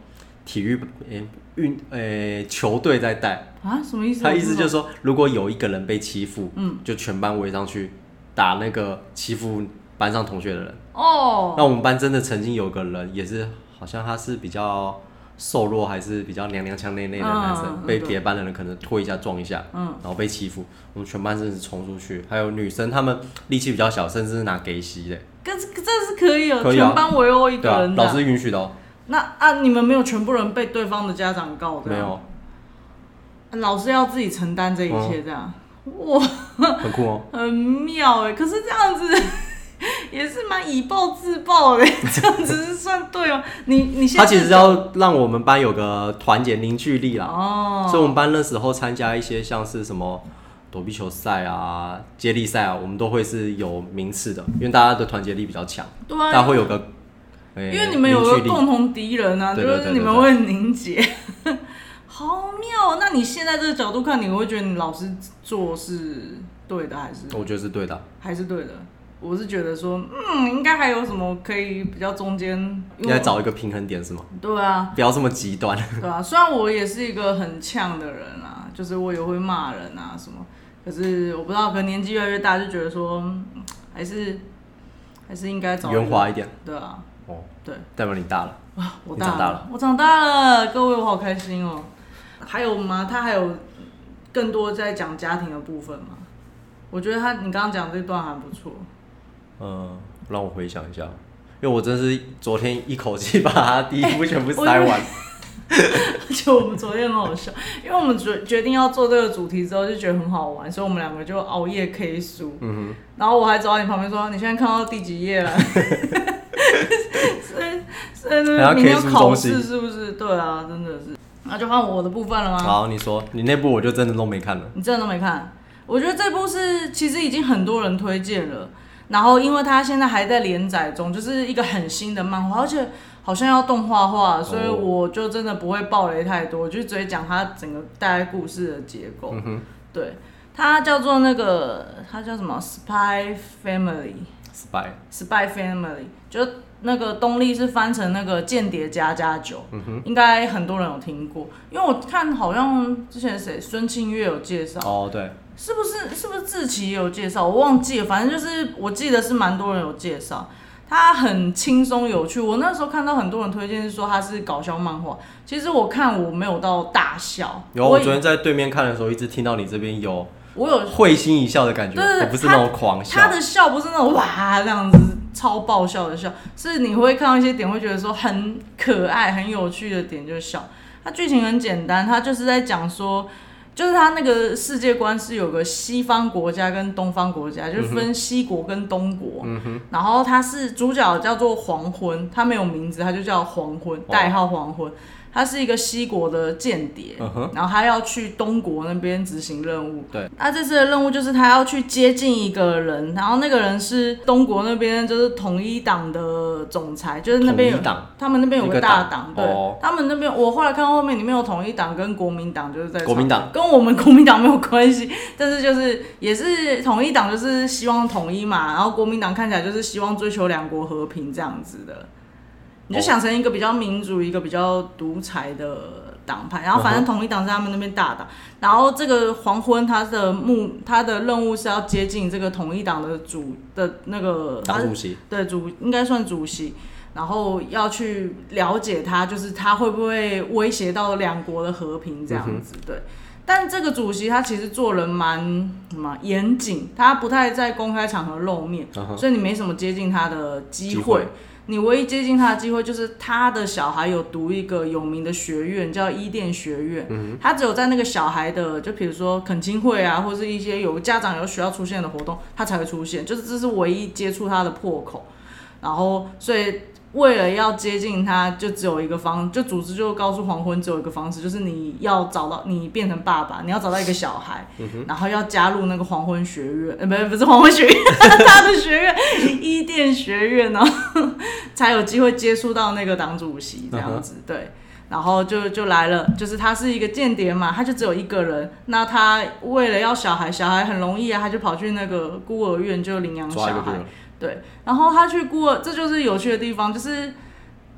Speaker 2: 体育诶运诶球队在带。
Speaker 1: 啊？什么意思？
Speaker 2: 他
Speaker 1: 我
Speaker 2: 意思
Speaker 1: 听不懂
Speaker 2: 就是说，如果有一个人被欺负，嗯，就全班围上去打那个欺负班上同学的人。那
Speaker 1: 哦，
Speaker 2: 我们班真的曾经有个人，也是好像他是比较瘦弱，还是比较娘娘腔内内的男生，
Speaker 1: 嗯嗯
Speaker 2: 被
Speaker 1: 对
Speaker 2: 别班的人可能推一下撞一下，嗯，然后被欺负，我们全班真的是冲出去。还有女生，她们力气比较小，甚至是拿给洗的，
Speaker 1: 跟这是可以哦，
Speaker 2: 可以啊
Speaker 1: 全班围殴一个
Speaker 2: 对啊
Speaker 1: 人，的
Speaker 2: 老师允许的哦，
Speaker 1: 那啊，你们没有全部人被对方的家长告的，啊
Speaker 2: 没，有，
Speaker 1: 老师要自己承担这一切，这样、哇。
Speaker 2: 很酷 哦。
Speaker 1: 很妙哎、可是这样子也是蛮以暴制暴的、 这样子是算对吗？你你现在
Speaker 2: 他其实要让我们班有个团结凝聚力啦，
Speaker 1: 哦，
Speaker 2: 所以我们班那时候参加一些像是什么躲避球赛啊、接力赛啊，我们都会是有名次的，因为大家的团结力比较强，
Speaker 1: 对
Speaker 2: 大家
Speaker 1: 啊，
Speaker 2: 会有个，呃
Speaker 1: 因为你们有
Speaker 2: 凝
Speaker 1: 个
Speaker 2: 聚力
Speaker 1: 共同敌人啊，
Speaker 2: 对对对
Speaker 1: 就是你们会凝结， 好妙哦。那你现在这个角度看，你会觉得你老师做是对的，还是
Speaker 2: 我觉得是对的，
Speaker 1: 还是对的？我是觉得说，嗯，应该还有什么可以比较中间，因
Speaker 2: 应
Speaker 1: 为
Speaker 2: 该
Speaker 1: 我
Speaker 2: 找一个平衡点是吗？
Speaker 1: 对啊，
Speaker 2: 不要这么 极端，
Speaker 1: 对啊，虽然我也是一个很呛的人啊，就是我也会骂人啊什么，可是我不知道，可能年纪越来越大，就觉得说，嗯还是还是应该找
Speaker 2: 圆滑一点
Speaker 1: 对啊，
Speaker 2: 哦，
Speaker 1: 对，
Speaker 2: 代表你大了。
Speaker 1: 我
Speaker 2: 你
Speaker 1: 大
Speaker 2: 长大了
Speaker 1: 我长大了，各位，我好开心哦。还有吗？他还有更多在讲家庭的部分吗？我觉得他你刚刚讲这段还不错，
Speaker 2: 嗯，让我回想一下，因为我真是昨天一口气把它第一部全部塞完，
Speaker 1: 就我们昨天很好笑，因为我们决决定要做这个主题之后，就觉得很好玩，所以我们两个就熬夜 K 书。嗯然后我还走到你旁边说：“你现在看到第几页了？” 是是，
Speaker 2: 还要
Speaker 1: 明天有
Speaker 2: K 书
Speaker 1: 考
Speaker 2: 中心
Speaker 1: 试是不是？对啊，真的是。那就换我的部分了吗？
Speaker 2: 好，你说你那部我就真的都没看了，
Speaker 1: 你真的都没看？我觉得这部是其实已经很多人推荐了，然后因为它现在还在连载中，就是一个很新的漫画，而且好像要动画化，所以
Speaker 2: 哦
Speaker 1: 我就真的不会爆雷太多，我就直接讲它整个大概故事的结构。对，它叫做那个它叫什么？Spy Family。
Speaker 2: 《Spy》
Speaker 1: Spy Family，就那个东立是翻成那个间谍加加酒，应该很多人有听过，因为我看好像之前谁孙庆月有介绍，
Speaker 2: 哦，对，
Speaker 1: 是不是是不是志奇也有介绍？我忘记了，反正就是我记得是蛮多人有介绍。它很轻松有趣，我那时候看到很多人推荐是说它是搞笑漫画，其实我看我没有到大笑，
Speaker 2: 有
Speaker 1: 我
Speaker 2: 我
Speaker 1: 也
Speaker 2: 昨天在对面看的时候，一直听到你这边有
Speaker 1: 我有
Speaker 2: 会心一笑的感觉，
Speaker 1: 对对对
Speaker 2: 而不是
Speaker 1: 他
Speaker 2: 那种狂笑
Speaker 1: 他。的笑不是那种哇这样子超爆笑的笑，是你会看到一些点，会觉得说很可爱、很有趣的点，就是笑。它剧情很简单，它就是在讲说就是他那个世界观是有个西方国家跟东方国家，
Speaker 2: 嗯
Speaker 1: 就是分西国跟东国。然后他是主角叫做黄昏，他没有名字，他就叫黄
Speaker 2: 哦
Speaker 1: 昏，代号黄昏。他是一个西国的间谍
Speaker 2: 嗯哼
Speaker 1: 然后他要去东国那边执行任务。
Speaker 2: 对，
Speaker 1: 那这次的任务就是他要去接近一个人，然后那个人是东国那边就是统一党的总裁，就是那边有
Speaker 2: 统一党
Speaker 1: 他们那边有
Speaker 2: 一个
Speaker 1: 大
Speaker 2: 党
Speaker 1: 党，对，
Speaker 2: 哦
Speaker 1: 他们那边我后来看到后面里面有统一党跟国民党，就是在
Speaker 2: 国民党
Speaker 1: 吵跟我们国民党没有关系， 但是就是也是统一党就是希望统一嘛，然后国民党看起来就是希望追求两国和平这样子的。你就
Speaker 2: 哦
Speaker 1: 想成一个比较民主、一个比较独裁的党派，然后
Speaker 2: 嗯
Speaker 1: 反正统一党是他们那边大党，然后这个黄昏他的目他的任务是要接近这个统一党的主的那个
Speaker 2: 党主席，
Speaker 1: 对主应该算主席，然后要去了解他，就是他会不会威胁到两国的和平这样
Speaker 2: 嗯
Speaker 1: 子，对。但这个主席他其实做人蛮什么严谨，他不太在公开场合露面
Speaker 2: 嗯哼
Speaker 1: 所以你没什么接近他的啊机
Speaker 2: 机
Speaker 1: 会
Speaker 2: 会。
Speaker 1: 你唯一接近他的机会就是他的小孩有读一个有名的学院，叫伊甸学院。他只有在那个小孩的，就比如说恳亲会啊，或是一些有家长有需要出现的活动，他才会出现。就是这是唯一接触他的破口。然后，所以为了要接近他，就只有一个方，就组织就告诉黄昏只有一个方式，就是你要找到你变成爸爸，你要找到一个小孩，
Speaker 2: 嗯
Speaker 1: 然后要加入那个黄昏学院，呃，不是不是黄昏学院， 他的学院伊甸学院哦， 才有机会接触到那个党主席这样
Speaker 2: 嗯
Speaker 1: 子，对。然后就就来了，就是他是一个间谍嘛，他就只有一个人。那他为了要小孩，小孩很容易啊，他就跑去那个孤儿院就领养小
Speaker 2: 抓一个
Speaker 1: 孩
Speaker 2: 对。了，
Speaker 1: 对，然后他去孤儿，这就是有趣的地方，就是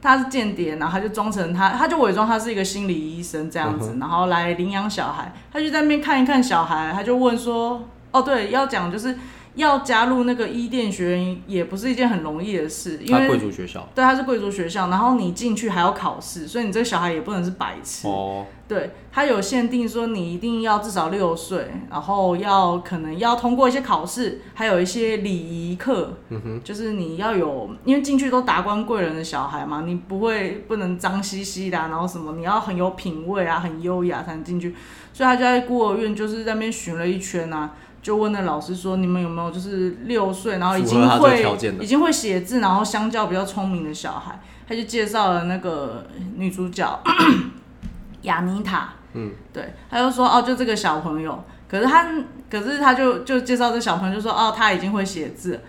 Speaker 1: 他是间谍，然后他就装成他，他就伪装他是一个心理医生这样
Speaker 2: 嗯
Speaker 1: 子，然后来领养小孩。他就在那边看一看小孩，他就问说：“哦，对，要讲就是要加入那个伊甸学院，也不是一件很容易的事，因
Speaker 2: 他贵
Speaker 1: 为
Speaker 2: 族学校
Speaker 1: 对，他是贵族学校，然后你进去还要考试，所以你这个小孩也不能是白痴。
Speaker 2: 哦，
Speaker 1: 对，它有限定说你一定要至少六岁，然后要可能要通过一些考试，还有一些礼仪课，
Speaker 2: 嗯
Speaker 1: 就是你要有，因为进去都达官贵人的小孩嘛，你不会不能脏兮兮的啊、然后什么你要很有品味啊，很优雅才能进去，所以他就在孤儿院就是在那边巡了一圈啊。就问那老师说：“你们有没有就是六岁，然后已
Speaker 2: 符合
Speaker 1: 经
Speaker 2: 他这个条件
Speaker 1: 会
Speaker 2: 的
Speaker 1: 已经会写字，然后相较比较聪明的小孩？”他就介绍了那个女主角 雅妮塔，对，他就说哦，就这个小朋友，可是他，可是他就就介绍这小朋友，就说哦，他已经会写字了，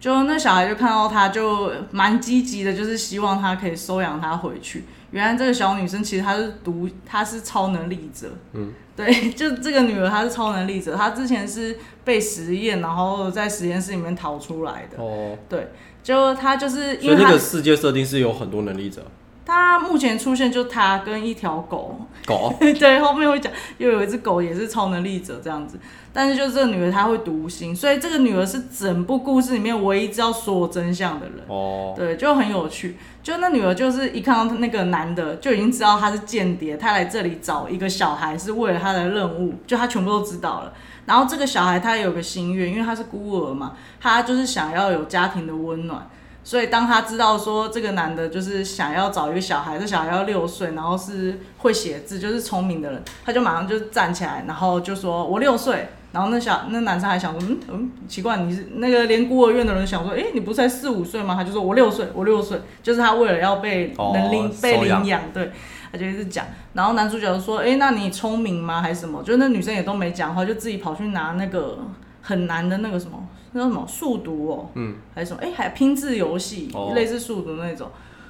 Speaker 1: 就那小孩就看到他就蛮积极的，就是希望他可以收养他回去。原来这个小女生其实她是读，她是超能力者，嗯，对，就这个女儿她是超能力者，她之前是被实验，然后在实验室里面逃出来的，
Speaker 2: 哦，
Speaker 1: 对，就她就是因
Speaker 2: 所以
Speaker 1: 为
Speaker 2: 那
Speaker 1: 她
Speaker 2: 个世界设定是有很多能力者，
Speaker 1: 她目前出现就她跟一条狗，
Speaker 2: 狗
Speaker 1: 对，后面会讲又有一只狗也是超能力者这样子，但是就是这个女儿她会读心，所以这个女儿是整部故事里面唯一知道所有真相的人。
Speaker 2: 哦，
Speaker 1: 对，就很有趣。就那女儿就是一看到那个男的，就已经知道他是间谍，他来这里找一个小孩是为了他的任务，就他全部都知道了。然后这个小孩他也有个心愿，因为他是孤儿嘛，他就是想要有家庭的温暖。所以当他知道说这个男的就是想要找一个小孩，这小孩要六岁，然后是会写字，就是聪明的人，他就马上就站起来，然后就说：“我六岁。”然后那小那男生还想说，嗯嗯，奇怪，你是那个连孤儿院的人想说，诶，你不是才四五岁吗？他就说我六岁，我六岁，就是他为了要被
Speaker 2: 哦
Speaker 1: 能领、被
Speaker 2: 收养
Speaker 1: 领养，对，他就一直讲。然后男主角就说，诶，那你聪明吗？还是什么？就那女生也都没讲话，就自己跑去拿那个很难的那个什么，那叫什么数独哦，
Speaker 2: 嗯，
Speaker 1: 还是什么？诶，还拼字游戏，
Speaker 2: 哦
Speaker 1: 类似数独那种。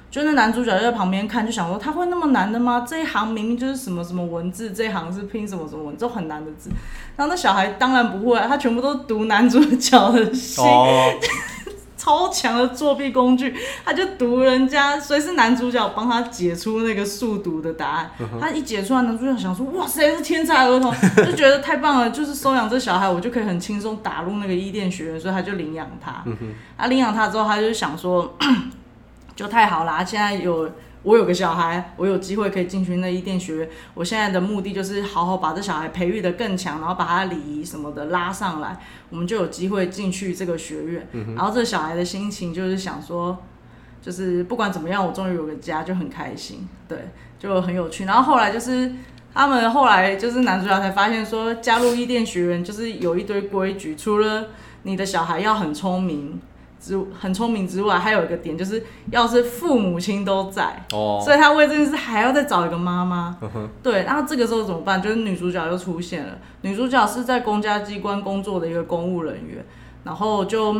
Speaker 1: 就那男主角就在旁边看，就想说他会那么难的吗？这一行明明就是什么什么文字，这一行是拼什么什么文字，都很难的字。然后那小孩当然不会、啊，他全部都读男主角的心，
Speaker 2: 哦，
Speaker 1: 超强的作弊工具，他就读人家，所以是男主角帮他解出那个速读的答案。他一解出来，男主角想说：“哇塞，是天才儿童！” 就觉得太棒了，就是收养这小孩，我就可以很轻松打入那个伊甸学院，所以他就领养他。他领养他之后，他就想说：“就太好啦，现在有。”我有个小孩，我有机会可以进去那伊甸学院。我现在的目的就是好好把这小孩培育的更强，然后把他礼仪什么的拉上来，我们就有机会进去这个学院。然后这个小孩的心情就是想说，就是不管怎么样，我终于有个家，就很开心，对，就很有趣。然后后来就是他们后来就是男主角才发现说，加入伊甸学院就是有一堆规矩，除了你的小孩要很聪明之很聪明之外，还有一个点就是，要是父母亲都在，
Speaker 2: 哦，
Speaker 1: 所以他为这件事还要再找一个妈妈。
Speaker 2: 嗯哼
Speaker 1: 对，然后这个时候怎么办？就是女主角又出现了。女主角是在公家机关工作的一个公务人员，然后就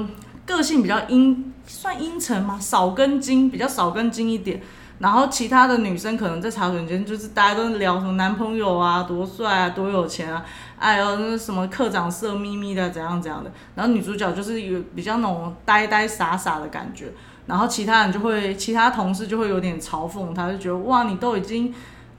Speaker 1: 个性比较阴，算阴沉嘛，少根筋，比较少根筋一点。然后其他的女生可能在茶水间就是大家都聊什么男朋友啊，多帅啊，多有钱啊，哎呦那什么课长色眯眯的怎样怎样的。然后女主角就是有比较那种呆呆傻傻的感觉。然后其他人就会，其他同事就会有点嘲讽她，就觉得哇，你都已经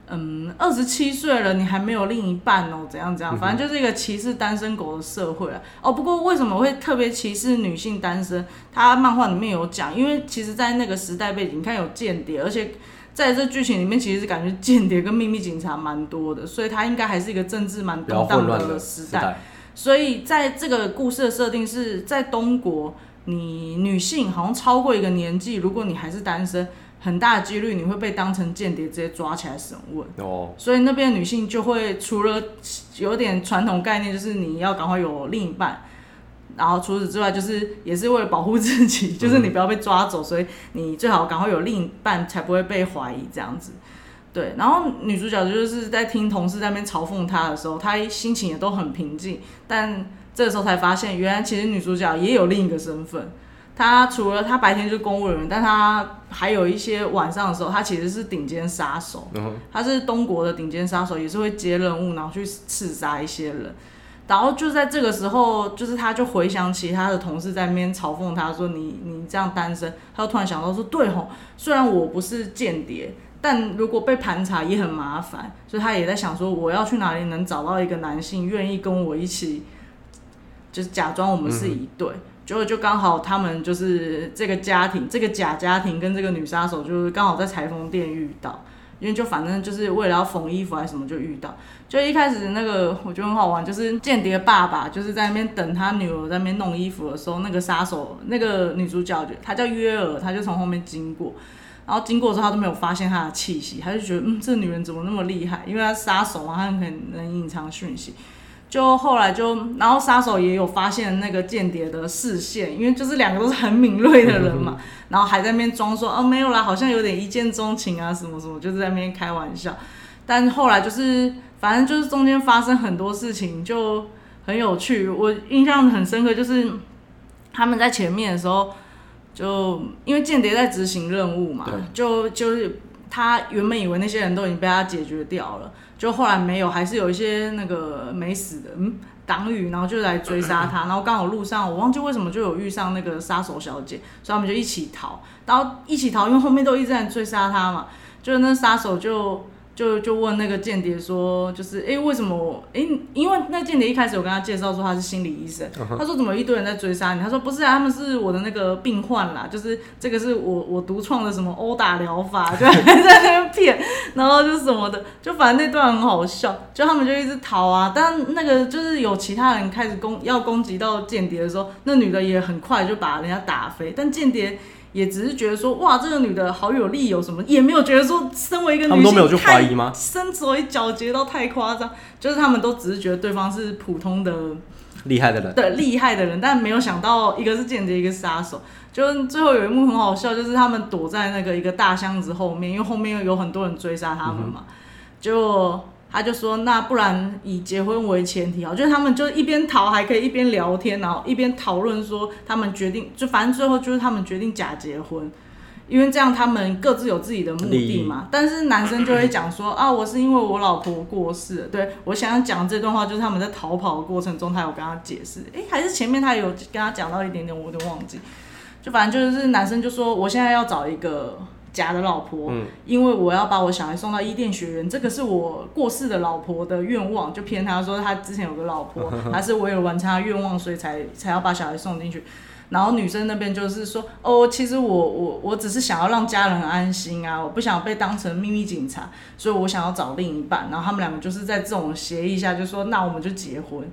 Speaker 1: 嗯，二十七岁了，你还没有另一半哦，怎样怎
Speaker 2: 嗯
Speaker 1: 样，反正就是一个歧视单身狗的社会啊。哦，不过为什么会特别歧视女性单身？他漫画里面有讲，因为其实，在那个时代背景，你看有间谍，而且在这剧情里面，其实感觉间谍跟秘密警察蛮多的，所以他应该还是一个政治蛮
Speaker 2: 比较
Speaker 1: 动
Speaker 2: 混
Speaker 1: 荡
Speaker 2: 乱的
Speaker 1: 时代。
Speaker 2: 代，
Speaker 1: 所以在这个故事的设定是在东国，你女性好像超过一个年纪，如果你还是单身，很大的几率你会被当成间谍直接抓起来审问。
Speaker 2: 哦，
Speaker 1: 所以那边的女性就会除了有点传统概念，就是你要赶快有另一半，然后除此之外，就是也是为了保护自己， 就是你不要被抓走，所以你最好赶快有另一半，才不会被怀疑这样子。对，然后女主角就是在听同事在那边嘲讽她的时候，她心情也都很平静，但这时候才发现，原来其实女主角也有另一个身份。她除了她白天就是公务人员，但她还有一些晚上的时候，她其实是顶尖杀手。
Speaker 2: 嗯哼，
Speaker 1: 他是东国的顶尖杀手，也是会接任务，然后去刺杀一些人。然后就在这个时候，就是他就回想起他的同事在那边嘲讽他说你：“你这样单身。”他就突然想到说：“对吼，虽然我不是间谍，但如果被盘查也很麻烦。”所以他也在想说：“我要去哪里能找到一个男性愿意跟我一起，就是假装我们是一对？”结果就刚好他们就是这个家庭，这个假家庭跟这个女杀手就是刚好在裁缝店遇到。因为就反正就是为了要缝衣服还是什么就遇到，就一开始那个我觉得很好玩，就是间谍爸爸就是在那边等他女儿在那边弄衣服的时候，那个杀手那个女主角就她叫约尔，她就从后面经过，然后经过的时候她都没有发现她的气息，她就觉得嗯这女人怎么那么厉害，因为她杀手嘛，她很可能隐藏讯息。就后来就，然后杀手也有发现那个间谍的视线，因为就是两个都是很敏锐的人嘛，嗯然后还在那边装说哦没有啦，好像有点一见钟情啊什么什么，就是在那边开玩笑。但后来就是，反正就是中间发生很多事情，就很有趣。我印象很深刻，就是他们在前面的时候，就因为间谍在执行任务嘛
Speaker 2: 对，
Speaker 1: 就就是他原本以为那些人都已经被他解决掉了，就后来没有，还是有一些那个没死的，嗯，党羽，然后就来追杀他，然后刚好路上我忘记为什么就有遇上那个杀手小姐，所以他们就一起逃，然后一起逃，因为后面都一直在追杀他嘛，就是那杀手就。就就问那个间谍说，就是诶，为什么我？诶，因为那间谍一开始有跟他介绍说他是心理医生，他说怎么一堆人在追杀你？他说不是啊，他们是我的那个病患啦，就是这个是我我独创的什么殴打疗法，就还在那边骗，然后就什么的，就反正那段很好笑，就他们就一直逃啊，但那个就是有其他人开始攻要攻击到间谍的时候，那女的也很快就把人家打飞，但间谍。也只是觉得说，哇，这个女的好有力，哦有什么也没有觉得说，身为一个女性，
Speaker 2: 他们都没有去怀疑
Speaker 1: 太
Speaker 2: 吗
Speaker 1: 身手一矫捷到太夸张，就是他们都只是觉得对方是普通的
Speaker 2: 厉害的人，
Speaker 1: 的厉害的人，但没有想到一个是间谍，一个是杀手。就是最后有一幕很好笑，就是他们躲在那个一个大箱子后面，因为后面有很多人追杀他们嘛。就他就说，那不然以结婚为前提啊，就是他们就一边逃还可以一边聊天，然后一边讨论说他们决定，就反正最后就是他们决定假结婚。因为这样他们各自有自己的目
Speaker 2: 利
Speaker 1: 的
Speaker 2: 益
Speaker 1: 嘛，但是男生就会讲说啊，我是因为我老婆过世了，对我想要讲这段话，就是他们在逃跑的过程中，他有跟他解释，诶、还是前面他有跟他讲到一点点，我有点忘记，就反正就是男生就说我现在要找一个假的老婆，
Speaker 2: 嗯
Speaker 1: 因为我要把我小孩送到伊甸学院，这个是我过世的老婆的愿望，就骗他说他之前有个老婆，他是为了完成他愿望，所以才才要把小孩送进去。然后女生那边就是说，哦，其实我我我只是想要让家人安心啊，我不想被当成秘密警察，所以我想要找另一半。然后他们两个就是在这种协议下，就说那我们就结婚，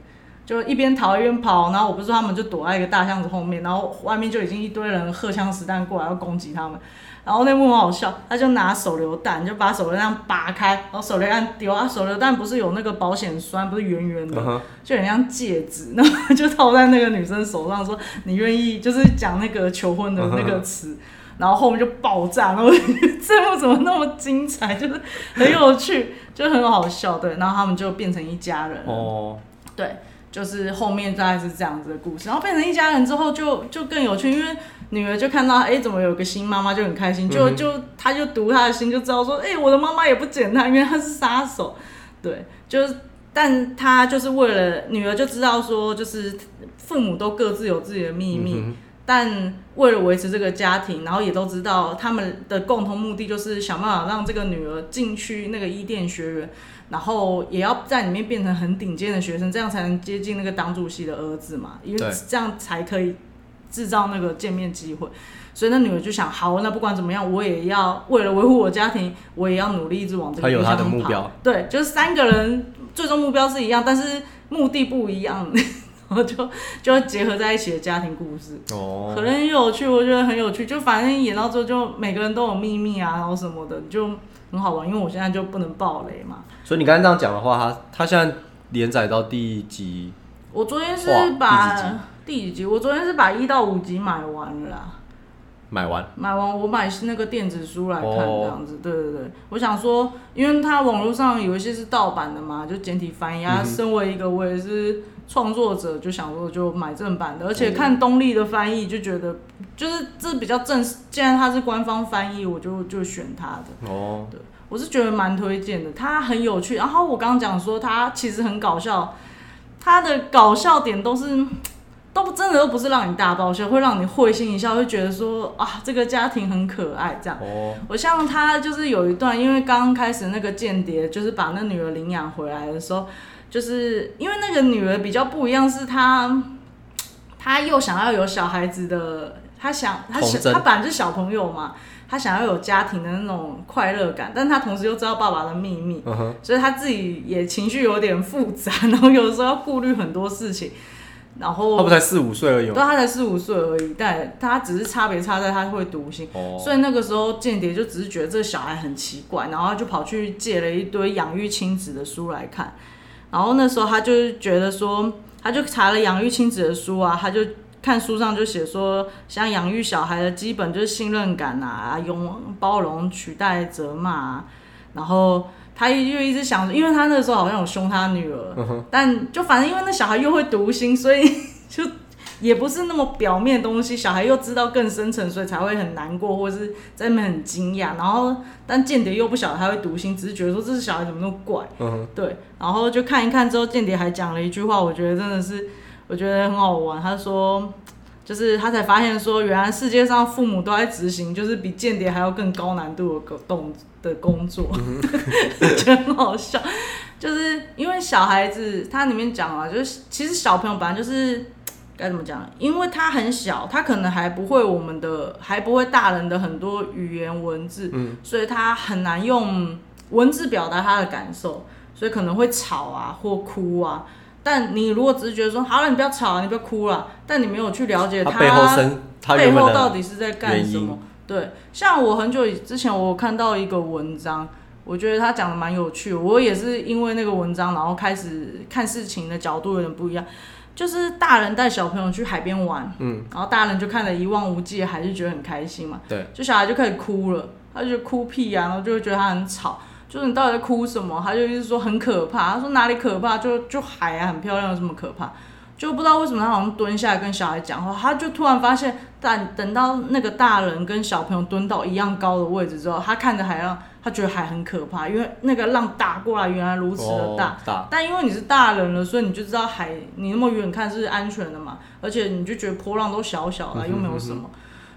Speaker 1: 就一边逃一边跑。然后我不是说他们就躲在一个大巷子后面，然后外面就已经一堆人荷枪实弹过来要攻击他们，然后那幕很好笑，他就拿手榴弹，就把手榴弹拔开，然后手榴弹丢啊，手榴弹不是有那个保险栓，不是圆圆的
Speaker 2: 嗯哼
Speaker 1: 就很像戒指，然后就套在那个女生手上说，你愿意，就是讲那个求婚的那个
Speaker 2: 嗯
Speaker 1: 词。然后后面就爆炸，然后我就觉得这幕怎么那么精彩，就是很有趣，就很好笑，对。然后他们就变成一家人了，
Speaker 2: 哦，
Speaker 1: 对，就是后面大概是这样子的故事。然后变成一家人之后就，就更有趣，因为女儿就看到，哎、怎么有个新妈妈，就很开心，就、
Speaker 2: 嗯哼
Speaker 1: 就她就读她的心，就知道说，哎、我的妈妈也不简单，因为她是杀手，对，就是。但她就是为了女儿就知道说，就是父母都各自有自己的秘密，
Speaker 2: 嗯哼
Speaker 1: 但为了维持这个家庭，然后也都知道他们的共同目的就是想办法让这个女儿进去那个伊甸学院，然后也要在里面变成很顶尖的学生，这样才能接近那个党主席的儿子嘛，因为
Speaker 2: 对
Speaker 1: 这样才可以制造那个见面机会。所以那女儿就想，好，那不管怎么样，我也要为了维护我家庭，我也要努力一直往这个
Speaker 2: 她有
Speaker 1: 方
Speaker 2: 她
Speaker 1: 向
Speaker 2: 的目
Speaker 1: 爬
Speaker 2: 标。
Speaker 1: 对，就是三个人最终目标是一样，但是目的 不一样，然后就就会结合在一起的家庭故事。
Speaker 2: 哦，
Speaker 1: 可能很有趣，我觉得很有趣。就反正演到最后，就每个人都有秘密啊，然后什么的，就很好玩。因为我现在就不能爆雷嘛。
Speaker 2: 所以你刚才这样讲的话，他他现在连载到第几？
Speaker 1: 我昨天是
Speaker 2: 哇第
Speaker 1: 把
Speaker 2: 几集
Speaker 1: 第几集？我昨天是把一到五集买完了啦。
Speaker 2: 买完
Speaker 1: 买完我买那个电子书来看，
Speaker 2: 哦
Speaker 1: 这样子，对对对。我想说，因为它网络上有一些是盗版的嘛，就简体翻译。啊，身为一个我也是创作者，就想说就买正版的，而且看东立的翻译就觉得，就是这比较正式。既然它是官方翻译，我就就选它的。
Speaker 2: 哦，
Speaker 1: 我是觉得蛮推荐的，它很有趣。然后我刚刚讲说它其实很搞笑，它的搞笑点都是都不真的都不是让你大爆笑，会让你会心一笑，会觉得说啊这个家庭很可爱这样。
Speaker 2: 哦，
Speaker 1: 我像他就是有一段，因为刚开始那个间谍就是把那女儿领养回来的时候，就是因为那个女儿比较不一样，是她，她又想要有小孩子的，她想她
Speaker 2: 童真
Speaker 1: 想她本来是小朋友嘛，她想要有家庭的那种快乐感，但她同时又知道爸爸的秘密，
Speaker 2: 嗯哼，
Speaker 1: 所以他自己也情绪有点复杂，然后有的时候要顾虑很多事情，然后
Speaker 2: 他不才四五岁而已哦
Speaker 1: 对
Speaker 2: 吗？
Speaker 1: 他才四五岁而已，但他只是差别差在他会读心，
Speaker 2: 哦
Speaker 1: 所以那个时候间谍就只是觉得这个小孩很奇怪，然后他就跑去借了一堆养育亲子的书啊来看，然后那时候他就觉得说，他就查了养育亲子的书啊，他就看书上就写说，像养育小孩的基本就是信任感啊，用包容取代责骂、啊，然后。他就一直想，因为他那时候好像有凶他女儿，但就反正因为那小孩又会读心，所以就也不是那么表面的东西，小孩又知道更深层，所以才会很难过，或者是在那边很惊讶。然后，但间谍又不晓得他会读心，只是觉得说这是小孩怎么那么怪，
Speaker 2: 嗯哼，
Speaker 1: 对。然后就看一看之后，间谍还讲了一句话，我觉得真的是，我觉得很好玩。他说，就是他才发现说，原来世界上父母都在执行，就是比间谍还要更高难度的动的工作， 觉得很好笑。就是因为小孩子，他里面讲啊，就是其实小朋友本来就是该怎么讲，因为他很小，他可能还不会我们的，还不会大人的很多语言文字，
Speaker 2: 嗯
Speaker 1: 所以他很难用文字表达他的感受，所以可能会吵啊或哭啊。但你如果只是觉得说好了，你不要吵、啊，你不要哭了、但你没有去了解
Speaker 2: 他背后身，他
Speaker 1: 背
Speaker 2: 原本
Speaker 1: 后到
Speaker 2: 的
Speaker 1: 底是在干
Speaker 2: 原
Speaker 1: 什
Speaker 2: 因
Speaker 1: 么？对，像我很久以之前，我有看到一个文章，我觉得他讲的蛮有趣的。我也是因为那个文章，然后开始看事情的角度有点不一样。就是大人带小朋友去海边玩，
Speaker 2: 嗯，
Speaker 1: 然后大人就看得一望无际，还是觉得很开心嘛。
Speaker 2: 对，
Speaker 1: 就小孩就开始哭了，他就觉得哭屁啊，然后就会觉得他很吵。就是你到底在哭什么？他就一直说很可怕，他说哪里可怕？就就海啊，很漂亮，有什么可怕？就不知道为什么他好像蹲下来跟小孩讲话，他就突然发现，但等到那个大人跟小朋友蹲到一样高的位置之后，他看着海浪，他觉得海很可怕，因为那个浪打过来原来如此的大。
Speaker 2: 哦大，
Speaker 1: 但因为你是大人了，所以你就知道海，你那么远看是安全的嘛，而且你就觉得波浪都小小的，又没有什么，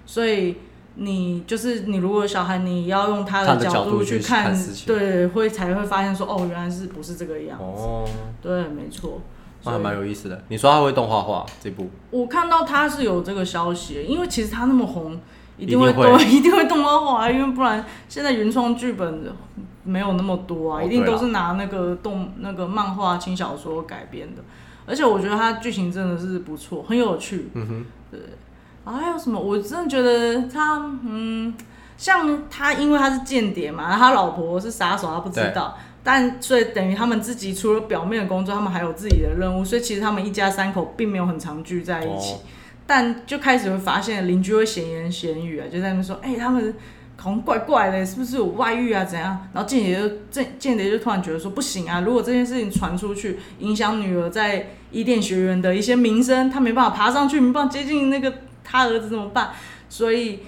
Speaker 1: 所以你就是你如果有小孩，你要用他
Speaker 2: 他
Speaker 1: 的
Speaker 2: 的
Speaker 1: 角
Speaker 2: 角
Speaker 1: 度
Speaker 2: 度
Speaker 1: 去
Speaker 2: 去
Speaker 1: 看，
Speaker 2: 看事情
Speaker 1: 对，会才会发现说哦，原来是不是这个样？
Speaker 2: 哦，
Speaker 1: 对，没错。
Speaker 2: 那
Speaker 1: 所
Speaker 2: 还
Speaker 1: 以
Speaker 2: 蛮有意思的。你说他会动画画这 部，
Speaker 1: 我看到他是有这个消息，因为其实他那么红，一定
Speaker 2: 一
Speaker 1: 会
Speaker 2: 定会
Speaker 1: 多，一定会动 到后来，因为不然现在原创剧本没有那么多啊，
Speaker 2: 哦
Speaker 1: 一定
Speaker 2: 对
Speaker 1: 都
Speaker 2: 啦
Speaker 1: 是拿那个动那个漫画轻小说改编的。而且我觉得它剧情真的是不错，很有趣。
Speaker 2: 嗯哼，
Speaker 1: 啊，还有什么？我真的觉得它，嗯，像他，因为他是间谍嘛，然后他老婆是杀手，他不知道。但所以等于他们自己除了表面的工作，他们还有自己的任务，所以其实他们一家三口并没有很常聚在一起。
Speaker 2: 哦
Speaker 1: 但就开始会发现邻居会闲言闲语啊，就在那边说，哎、他们好像怪怪的，是不是有外遇啊？怎样？然后间谍就间间谍就突然觉得说，不行啊，如果这件事情传出去，影响女儿在伊甸学院的一些名声，她没办法爬上去，没办法接近那个他儿子怎么办？所以。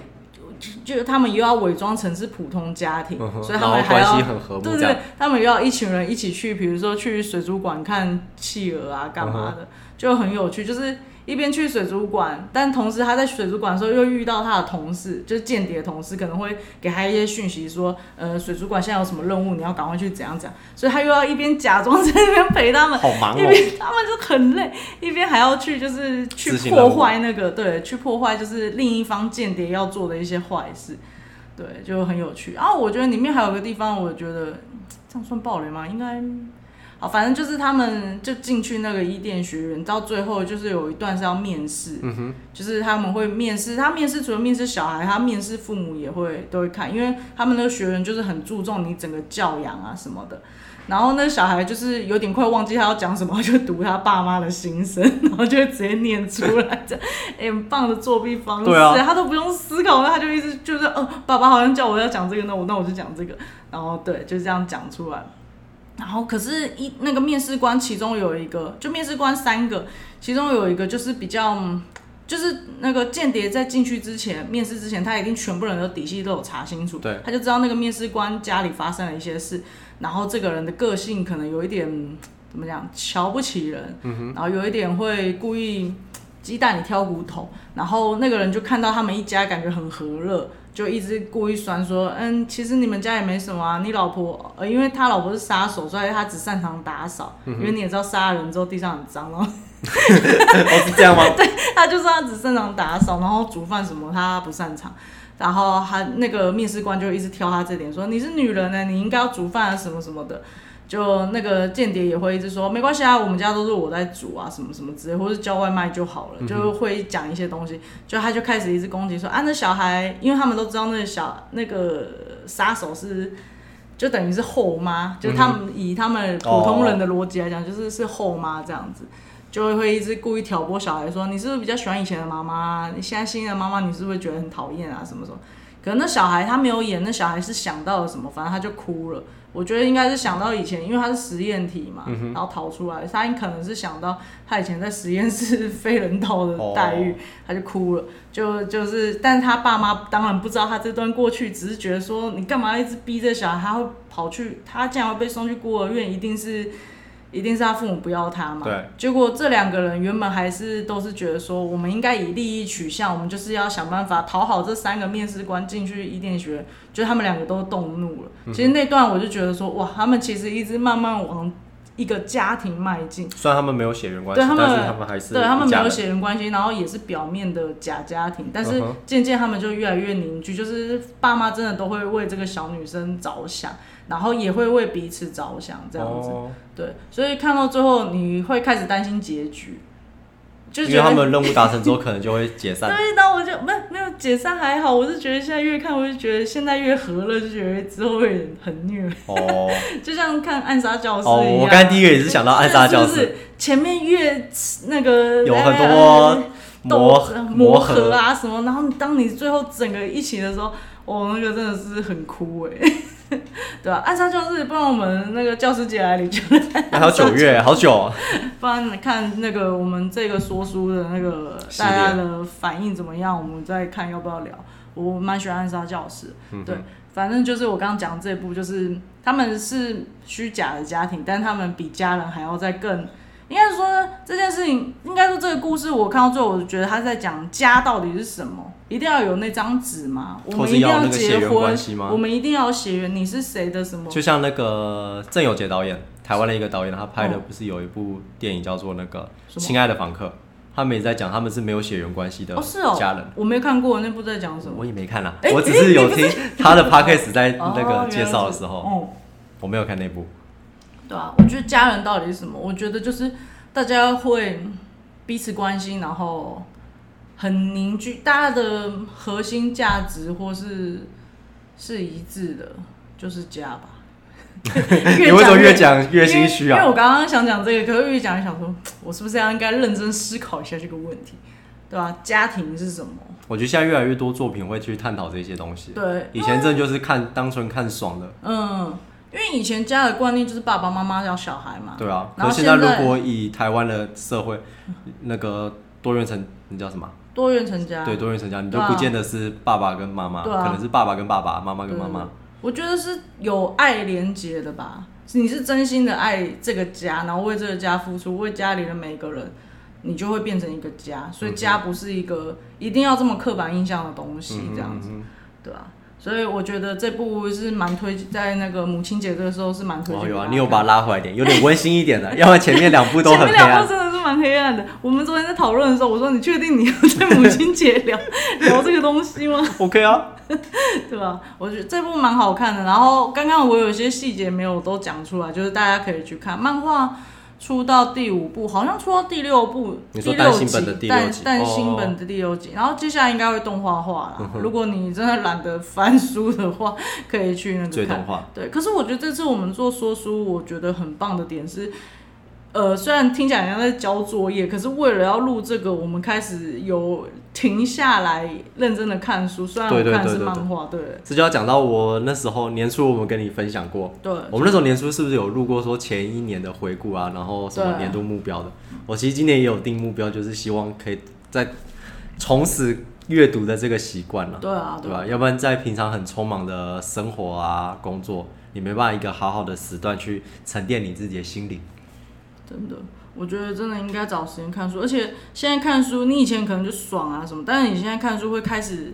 Speaker 1: 就就他们又要伪装成是普通家庭，
Speaker 2: 嗯哼
Speaker 1: 所以他们
Speaker 2: 然后
Speaker 1: 还要
Speaker 2: 关系很和睦
Speaker 1: 对对
Speaker 2: 这
Speaker 1: 对
Speaker 2: 样，
Speaker 1: 他们又要一群人一起去，比如说去水族馆看企鹅啊，干嘛
Speaker 2: 嗯
Speaker 1: 的，就很有趣。就是一边去水族馆，但同时他在水族馆的时候又遇到他的同事，就是间谍同事，可能会给他一些讯息说，呃，水族馆现在有什么任务，你要赶快去怎样怎样。所以他又要一边假装在那边陪他们，
Speaker 2: 好忙哦
Speaker 1: 一 边他们就很累，一边还要去就是去
Speaker 2: 执行任务
Speaker 1: 破坏那个，对，去破坏就是另一方间谍要做的一些坏事。对，就很有趣。然、后我觉得里面还有个地方，我觉得嗯这样算暴雷吗？应该，好，反正就是他们就进去那个伊甸学院，到最后就是有一段是要面试，
Speaker 2: 嗯哼，
Speaker 1: 就是他们会面试。他面试除了面试小孩，他面试父母也会都会看，因为他们那个学员就是很注重你整个教养啊什么的。然后那小孩就是有点快忘记他要讲什么，就读他爸妈的心声， 然后就直接念出来，这样、欸、很棒的作弊方式，
Speaker 2: 对啊
Speaker 1: 他都不用思考，他就一直就是呃，爸爸好像叫我要讲这个，那我那我就讲这个，然后对，就这样讲出来。然后可是一那个面试官其中有一个，就面试官三个，其中有一个就是比较。嗯就是那个间谍在进去之前，面试之前，他一定全部人的底细都有查清楚，
Speaker 2: 对
Speaker 1: 他就知道那个面试官家里发生了一些事，然后这个人的个性可能有一点嗯怎么讲，瞧不起人，然后有一点会故意鸡蛋里挑骨头，然后那个人就看到他们一家感觉很和乐，就一直故意酸说，嗯，其实你们家也没什么啊，你老婆，呃，因为他老婆是杀手，所以他只擅长打扫，因为你也知道杀了人之后地上很脏，然后
Speaker 2: 哦是这样吗？
Speaker 1: 他就说他只擅长打扫，然后煮饭什么他不擅长。然后他那个面试官就一直挑他这点，说你是女人呢、你应该要煮饭啊什么什么的。就那个间谍也会一直说没关系啊，我们家都是我在煮啊，什么什么之类，或是叫外卖就好了，就会讲一些东西。就他就开始一直攻击说啊，那小孩，因为他们都知道那个小那个杀手是。就等于是后妈，就他们以他们普通人的逻辑来讲，就是是后妈这样子，就会一直故意挑拨小孩说你是不是比较喜欢以前的妈妈，你现在新的妈妈你是不是觉得很讨厌啊什么什么？可能那小孩他没有演，那小孩是想到了什么，反正他就哭了。我觉得应该是想到以前，因为他是实验体嘛，然后逃出来，他可能是想到他以前在实验室 非人道的待遇，
Speaker 2: 哦
Speaker 1: 他就哭了。就就是，但是他爸妈当然不知道他这段过去，只是觉得说你干嘛一直逼这小孩，他会跑去，他竟然会被送去孤儿院，一定是。一定是他父母不要他嘛？
Speaker 2: 对
Speaker 1: 结果这两个人原本还是都是觉得说，我们应该以利益取向，我们就是要想办法讨好这三个面试官进去伊甸学院，就他们两个都动怒了。
Speaker 2: 嗯
Speaker 1: 其实那段我就觉得说，哇，他们其实一直慢慢往一个家庭迈进。
Speaker 2: 虽然他们没有血缘关系，
Speaker 1: 对他们，
Speaker 2: 但是他们还是
Speaker 1: 对他们
Speaker 2: 一
Speaker 1: 没
Speaker 2: 家
Speaker 1: 有
Speaker 2: 人
Speaker 1: 血缘关系，然后也是表面的假家庭，但是
Speaker 2: 嗯哼
Speaker 1: 渐渐他们就越来越凝聚，就是爸妈真的都会为这个小女生着想，然后也会为彼此着想，这样子。
Speaker 2: 哦
Speaker 1: 对，所以看到最后你会开始担心结局，就
Speaker 2: 因
Speaker 1: 觉
Speaker 2: 为
Speaker 1: 得
Speaker 2: 他们任务达成之后，可能就会解 散。
Speaker 1: 对，然后我就没有没有解散还好，我是觉得现在越看我就觉得现在越和了，就觉得之后会很虐，
Speaker 2: 哦，
Speaker 1: 就像看暗杀教室一样。
Speaker 2: 哦我刚才第一个也是想到暗杀教室
Speaker 1: 是不是前面越那个
Speaker 2: 有很多磨
Speaker 1: 斗
Speaker 2: 合
Speaker 1: 争
Speaker 2: 磨
Speaker 1: 磨
Speaker 2: 合
Speaker 1: 合，啊什么，然后当你最后整个一起的时候，哦，那个真的是很枯萎，对吧、暗杀教室，不然我们那个教师节来领就
Speaker 2: 还有九 月，哎好久哦。
Speaker 1: 不然看那个我们这个说书的那个
Speaker 2: 系列
Speaker 1: 大家的反应怎么样，我们再看要不要聊。我蛮喜欢《暗杀教室》
Speaker 2: 嗯
Speaker 1: 对，反正就是我刚刚讲这部，就是他们是虚假的家庭，但他们比家人还要再更。应该说这件事情，应该说这个故事，我看到最后，我就觉得他在讲家到底是什么，一定要有那张纸吗？我
Speaker 2: 嗯或
Speaker 1: 们
Speaker 2: 是
Speaker 1: 一定
Speaker 2: 要有那个血
Speaker 1: 结
Speaker 2: 缘
Speaker 1: 婚
Speaker 2: 关系吗，
Speaker 1: 我们一定要血缘，你是谁的什么？
Speaker 2: 就像那个郑有杰导演，台湾的一个导演，他拍的
Speaker 1: 哦
Speaker 2: 不是有一部电影叫做那个
Speaker 1: 什
Speaker 2: 《
Speaker 1: 么
Speaker 2: 亲爱的房客》，他们也在讲他们是没有血缘关系的
Speaker 1: 哦，是哦，
Speaker 2: 家人。
Speaker 1: 我没看过那部在讲什么
Speaker 2: 我。也没看啦，
Speaker 1: 哎
Speaker 2: 我只是有听他的 podcast 在
Speaker 1: 哦
Speaker 2: 那个介绍的时
Speaker 1: 原来是
Speaker 2: 候，
Speaker 1: 哦，
Speaker 2: 我没有看那部。
Speaker 1: 对啊，我觉得家人到底是什么？我觉得就是大家会彼此关心，然后很凝聚，大家的核心价值或是是一致的，就是家 吧。
Speaker 2: 你为什么越讲越心虚
Speaker 1: 因为因为
Speaker 2: 啊
Speaker 1: 我？刚刚想讲这个，可是越讲越想说，我是不是要应该认真思考一下这个问题，对吧、啊家庭是什么？
Speaker 2: 我觉得现在越来越多作品会去探讨这些东西。
Speaker 1: 对
Speaker 2: 以前真的就是看单纯看爽的，
Speaker 1: 嗯，因为以前家的惯例就是爸爸妈妈要小孩嘛。
Speaker 2: 对啊。
Speaker 1: 然
Speaker 2: 可
Speaker 1: 后
Speaker 2: 是现
Speaker 1: 在
Speaker 2: 如果以台湾的社会，那个多元成那叫什么？
Speaker 1: 多元成家，
Speaker 2: 对，多元成家，你都
Speaker 1: 对啊
Speaker 2: 不见得是爸爸跟妈妈，
Speaker 1: 对啊
Speaker 2: 可能是爸爸跟爸爸，妈妈跟妈妈。
Speaker 1: 我觉得是有爱连接的吧。你是真心的爱这个家，然后为这个家付出，为家里的每个人，你就会变成一个家。所以家不是一个一定要这么刻板印象的东西，
Speaker 2: 嗯
Speaker 1: 这样子，对吧、所以我觉得这部是蛮推，在那个母亲节这个时候是蛮推
Speaker 2: 哦，
Speaker 1: 荐。
Speaker 2: 有啊，你有把它拉回来一点，有点温馨一点的，要不然前面两部都
Speaker 1: 前
Speaker 2: 很
Speaker 1: 面
Speaker 2: 黑
Speaker 1: 两部
Speaker 2: 暗。
Speaker 1: 真的是蛮黑暗的。我们昨天在讨论的时候，我说你确定你要在母亲节 聊聊这个东西吗？
Speaker 2: OK 啊，
Speaker 1: 对吧？我觉得这部蛮好看的。然后刚刚我有一些细节没有都讲出来，就是大家可以去看漫画。出到第五部，好像出到第六部，
Speaker 2: 你说
Speaker 1: 第六
Speaker 2: 单行本的
Speaker 1: 集，
Speaker 2: 第六
Speaker 1: 但
Speaker 2: 集
Speaker 1: 但
Speaker 2: 哦
Speaker 1: 新本的第六集，然后接下来应该会动画化 啦。如果你真的懒得翻书的话，可以去那个
Speaker 2: 追
Speaker 1: 看
Speaker 2: 动画
Speaker 1: 对，可是我觉得这次我们做说书，我觉得很棒的点是，呃，虽然听起来好像在交作业，可是为了要录这个，我们开始有停下来认真的看书。虽然我
Speaker 2: 对对
Speaker 1: 看的
Speaker 2: 对
Speaker 1: 是
Speaker 2: 对
Speaker 1: 漫
Speaker 2: 对
Speaker 1: 画，对
Speaker 2: 这就要讲到我那时候年初，我们跟你分享过，
Speaker 1: 对
Speaker 2: 我们那时候年初是不是有录过说前一年的回顾啊，然后什么
Speaker 1: 对
Speaker 2: 年度目标的？我其实今年也有定目标，就是希望可以再重拾阅读的这个习惯了，
Speaker 1: 对啊，
Speaker 2: 对
Speaker 1: 啊
Speaker 2: 吧？要不然在平常很匆忙的生活啊、工作，你没办法一个好好的时段去沉淀你自己的心灵。
Speaker 1: 真的，我觉得真的应该找时间看书，而且现在看书，你以前可能就爽啊什么，但是你现在看书会开始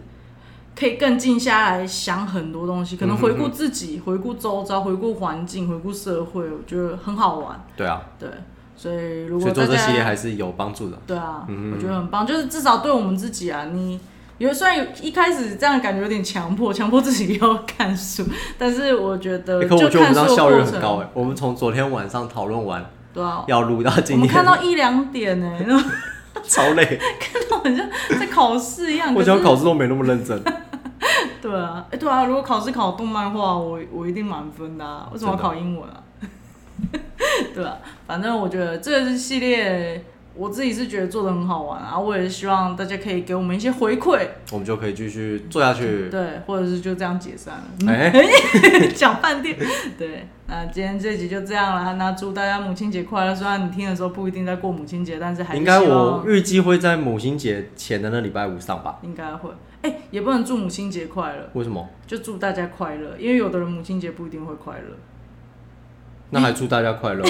Speaker 1: 可以更静下来想很多东西，可能回顾自
Speaker 2: 嗯
Speaker 1: 己、回顾周遭、回顾环境、回顾社会，我觉得很好玩。
Speaker 2: 对啊，
Speaker 1: 对，所以如果
Speaker 2: 所以做
Speaker 1: 大
Speaker 2: 这
Speaker 1: 家
Speaker 2: 系列还是有嗯帮助的。
Speaker 1: 对啊，我觉得很棒，就是至少对我们自己啊，你有虽然有一开始这样感觉有点强迫，强迫自己要看书，但是我觉得就
Speaker 2: 欸、可我觉得我
Speaker 1: 看
Speaker 2: 们
Speaker 1: 书的
Speaker 2: 这样效
Speaker 1: 过
Speaker 2: 率
Speaker 1: 程，
Speaker 2: 很高哎、我们从昨天晚上讨论完，
Speaker 1: 对啊，
Speaker 2: 要录到
Speaker 1: 我
Speaker 2: 今
Speaker 1: 们
Speaker 2: 天，
Speaker 1: 看到一两点呢、 然后
Speaker 2: 超累，
Speaker 1: 看到很像在考试一样， 可
Speaker 2: 我
Speaker 1: 是
Speaker 2: 觉得考试都没那么 认真。
Speaker 1: 对啊，哎、对啊，如果考试考动漫画，我我一定满分的、啊。为什么要考英文啊？ 对啊，反正我觉得这个系列我自己是觉得做的很好玩啊，我也希望大家可以给我们一些回馈，
Speaker 2: 我们就可以继续做下去。
Speaker 1: 对，或者是就这样解散了。
Speaker 2: 哎、
Speaker 1: 讲半天。对，那今天这集就这样了。那祝大家母亲节快乐！虽然你听的时候不一定在过母亲节，但是还是
Speaker 2: 应该
Speaker 1: 希望
Speaker 2: 我预计会在母亲节前的那礼拜五上吧？
Speaker 1: 应该会。哎、也不能祝母亲节快乐，
Speaker 2: 为什么？
Speaker 1: 就祝大家快乐，因为有的人母亲节不一定会快乐。
Speaker 2: 那还祝大家快乐。
Speaker 1: 不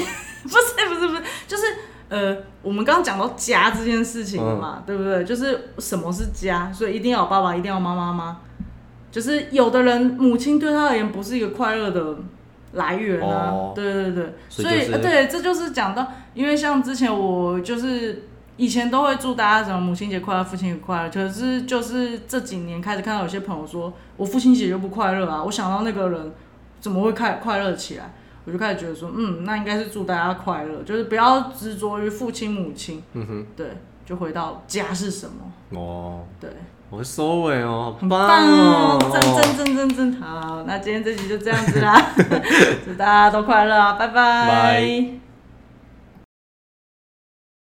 Speaker 1: 是不是不是，就是呃，我们刚刚讲到家这件事情了嘛，对不对？就是什么是家，所以一定要有爸爸，一定要有妈妈吗？就是有的人母亲对他而言不是一个快乐的来源啊，
Speaker 2: 哦
Speaker 1: 对对对，
Speaker 2: 所
Speaker 1: 所
Speaker 2: 以
Speaker 1: 以
Speaker 2: 就是
Speaker 1: 呃对，这就是讲到，因为像之前我就是。以前都会祝大家什么母亲节快乐、父亲节快乐，可是就是这几年开始看到有些朋友说，我父亲节就不快乐啊，我想到那个人怎么会快快乐起来？我就开始觉得说，嗯，那应该是祝大家快乐，就是不要执着于父亲母亲，
Speaker 2: 嗯哼，
Speaker 1: 对，就回到家是什么，
Speaker 2: 哦，
Speaker 1: 对，
Speaker 2: 我会收尾哦，
Speaker 1: 很
Speaker 2: 棒
Speaker 1: 棒
Speaker 2: 哦
Speaker 1: 哦，，赞赞赞赞 赞，好，那今天这集就这样子啦，祝大家都快乐啊，拜
Speaker 2: 拜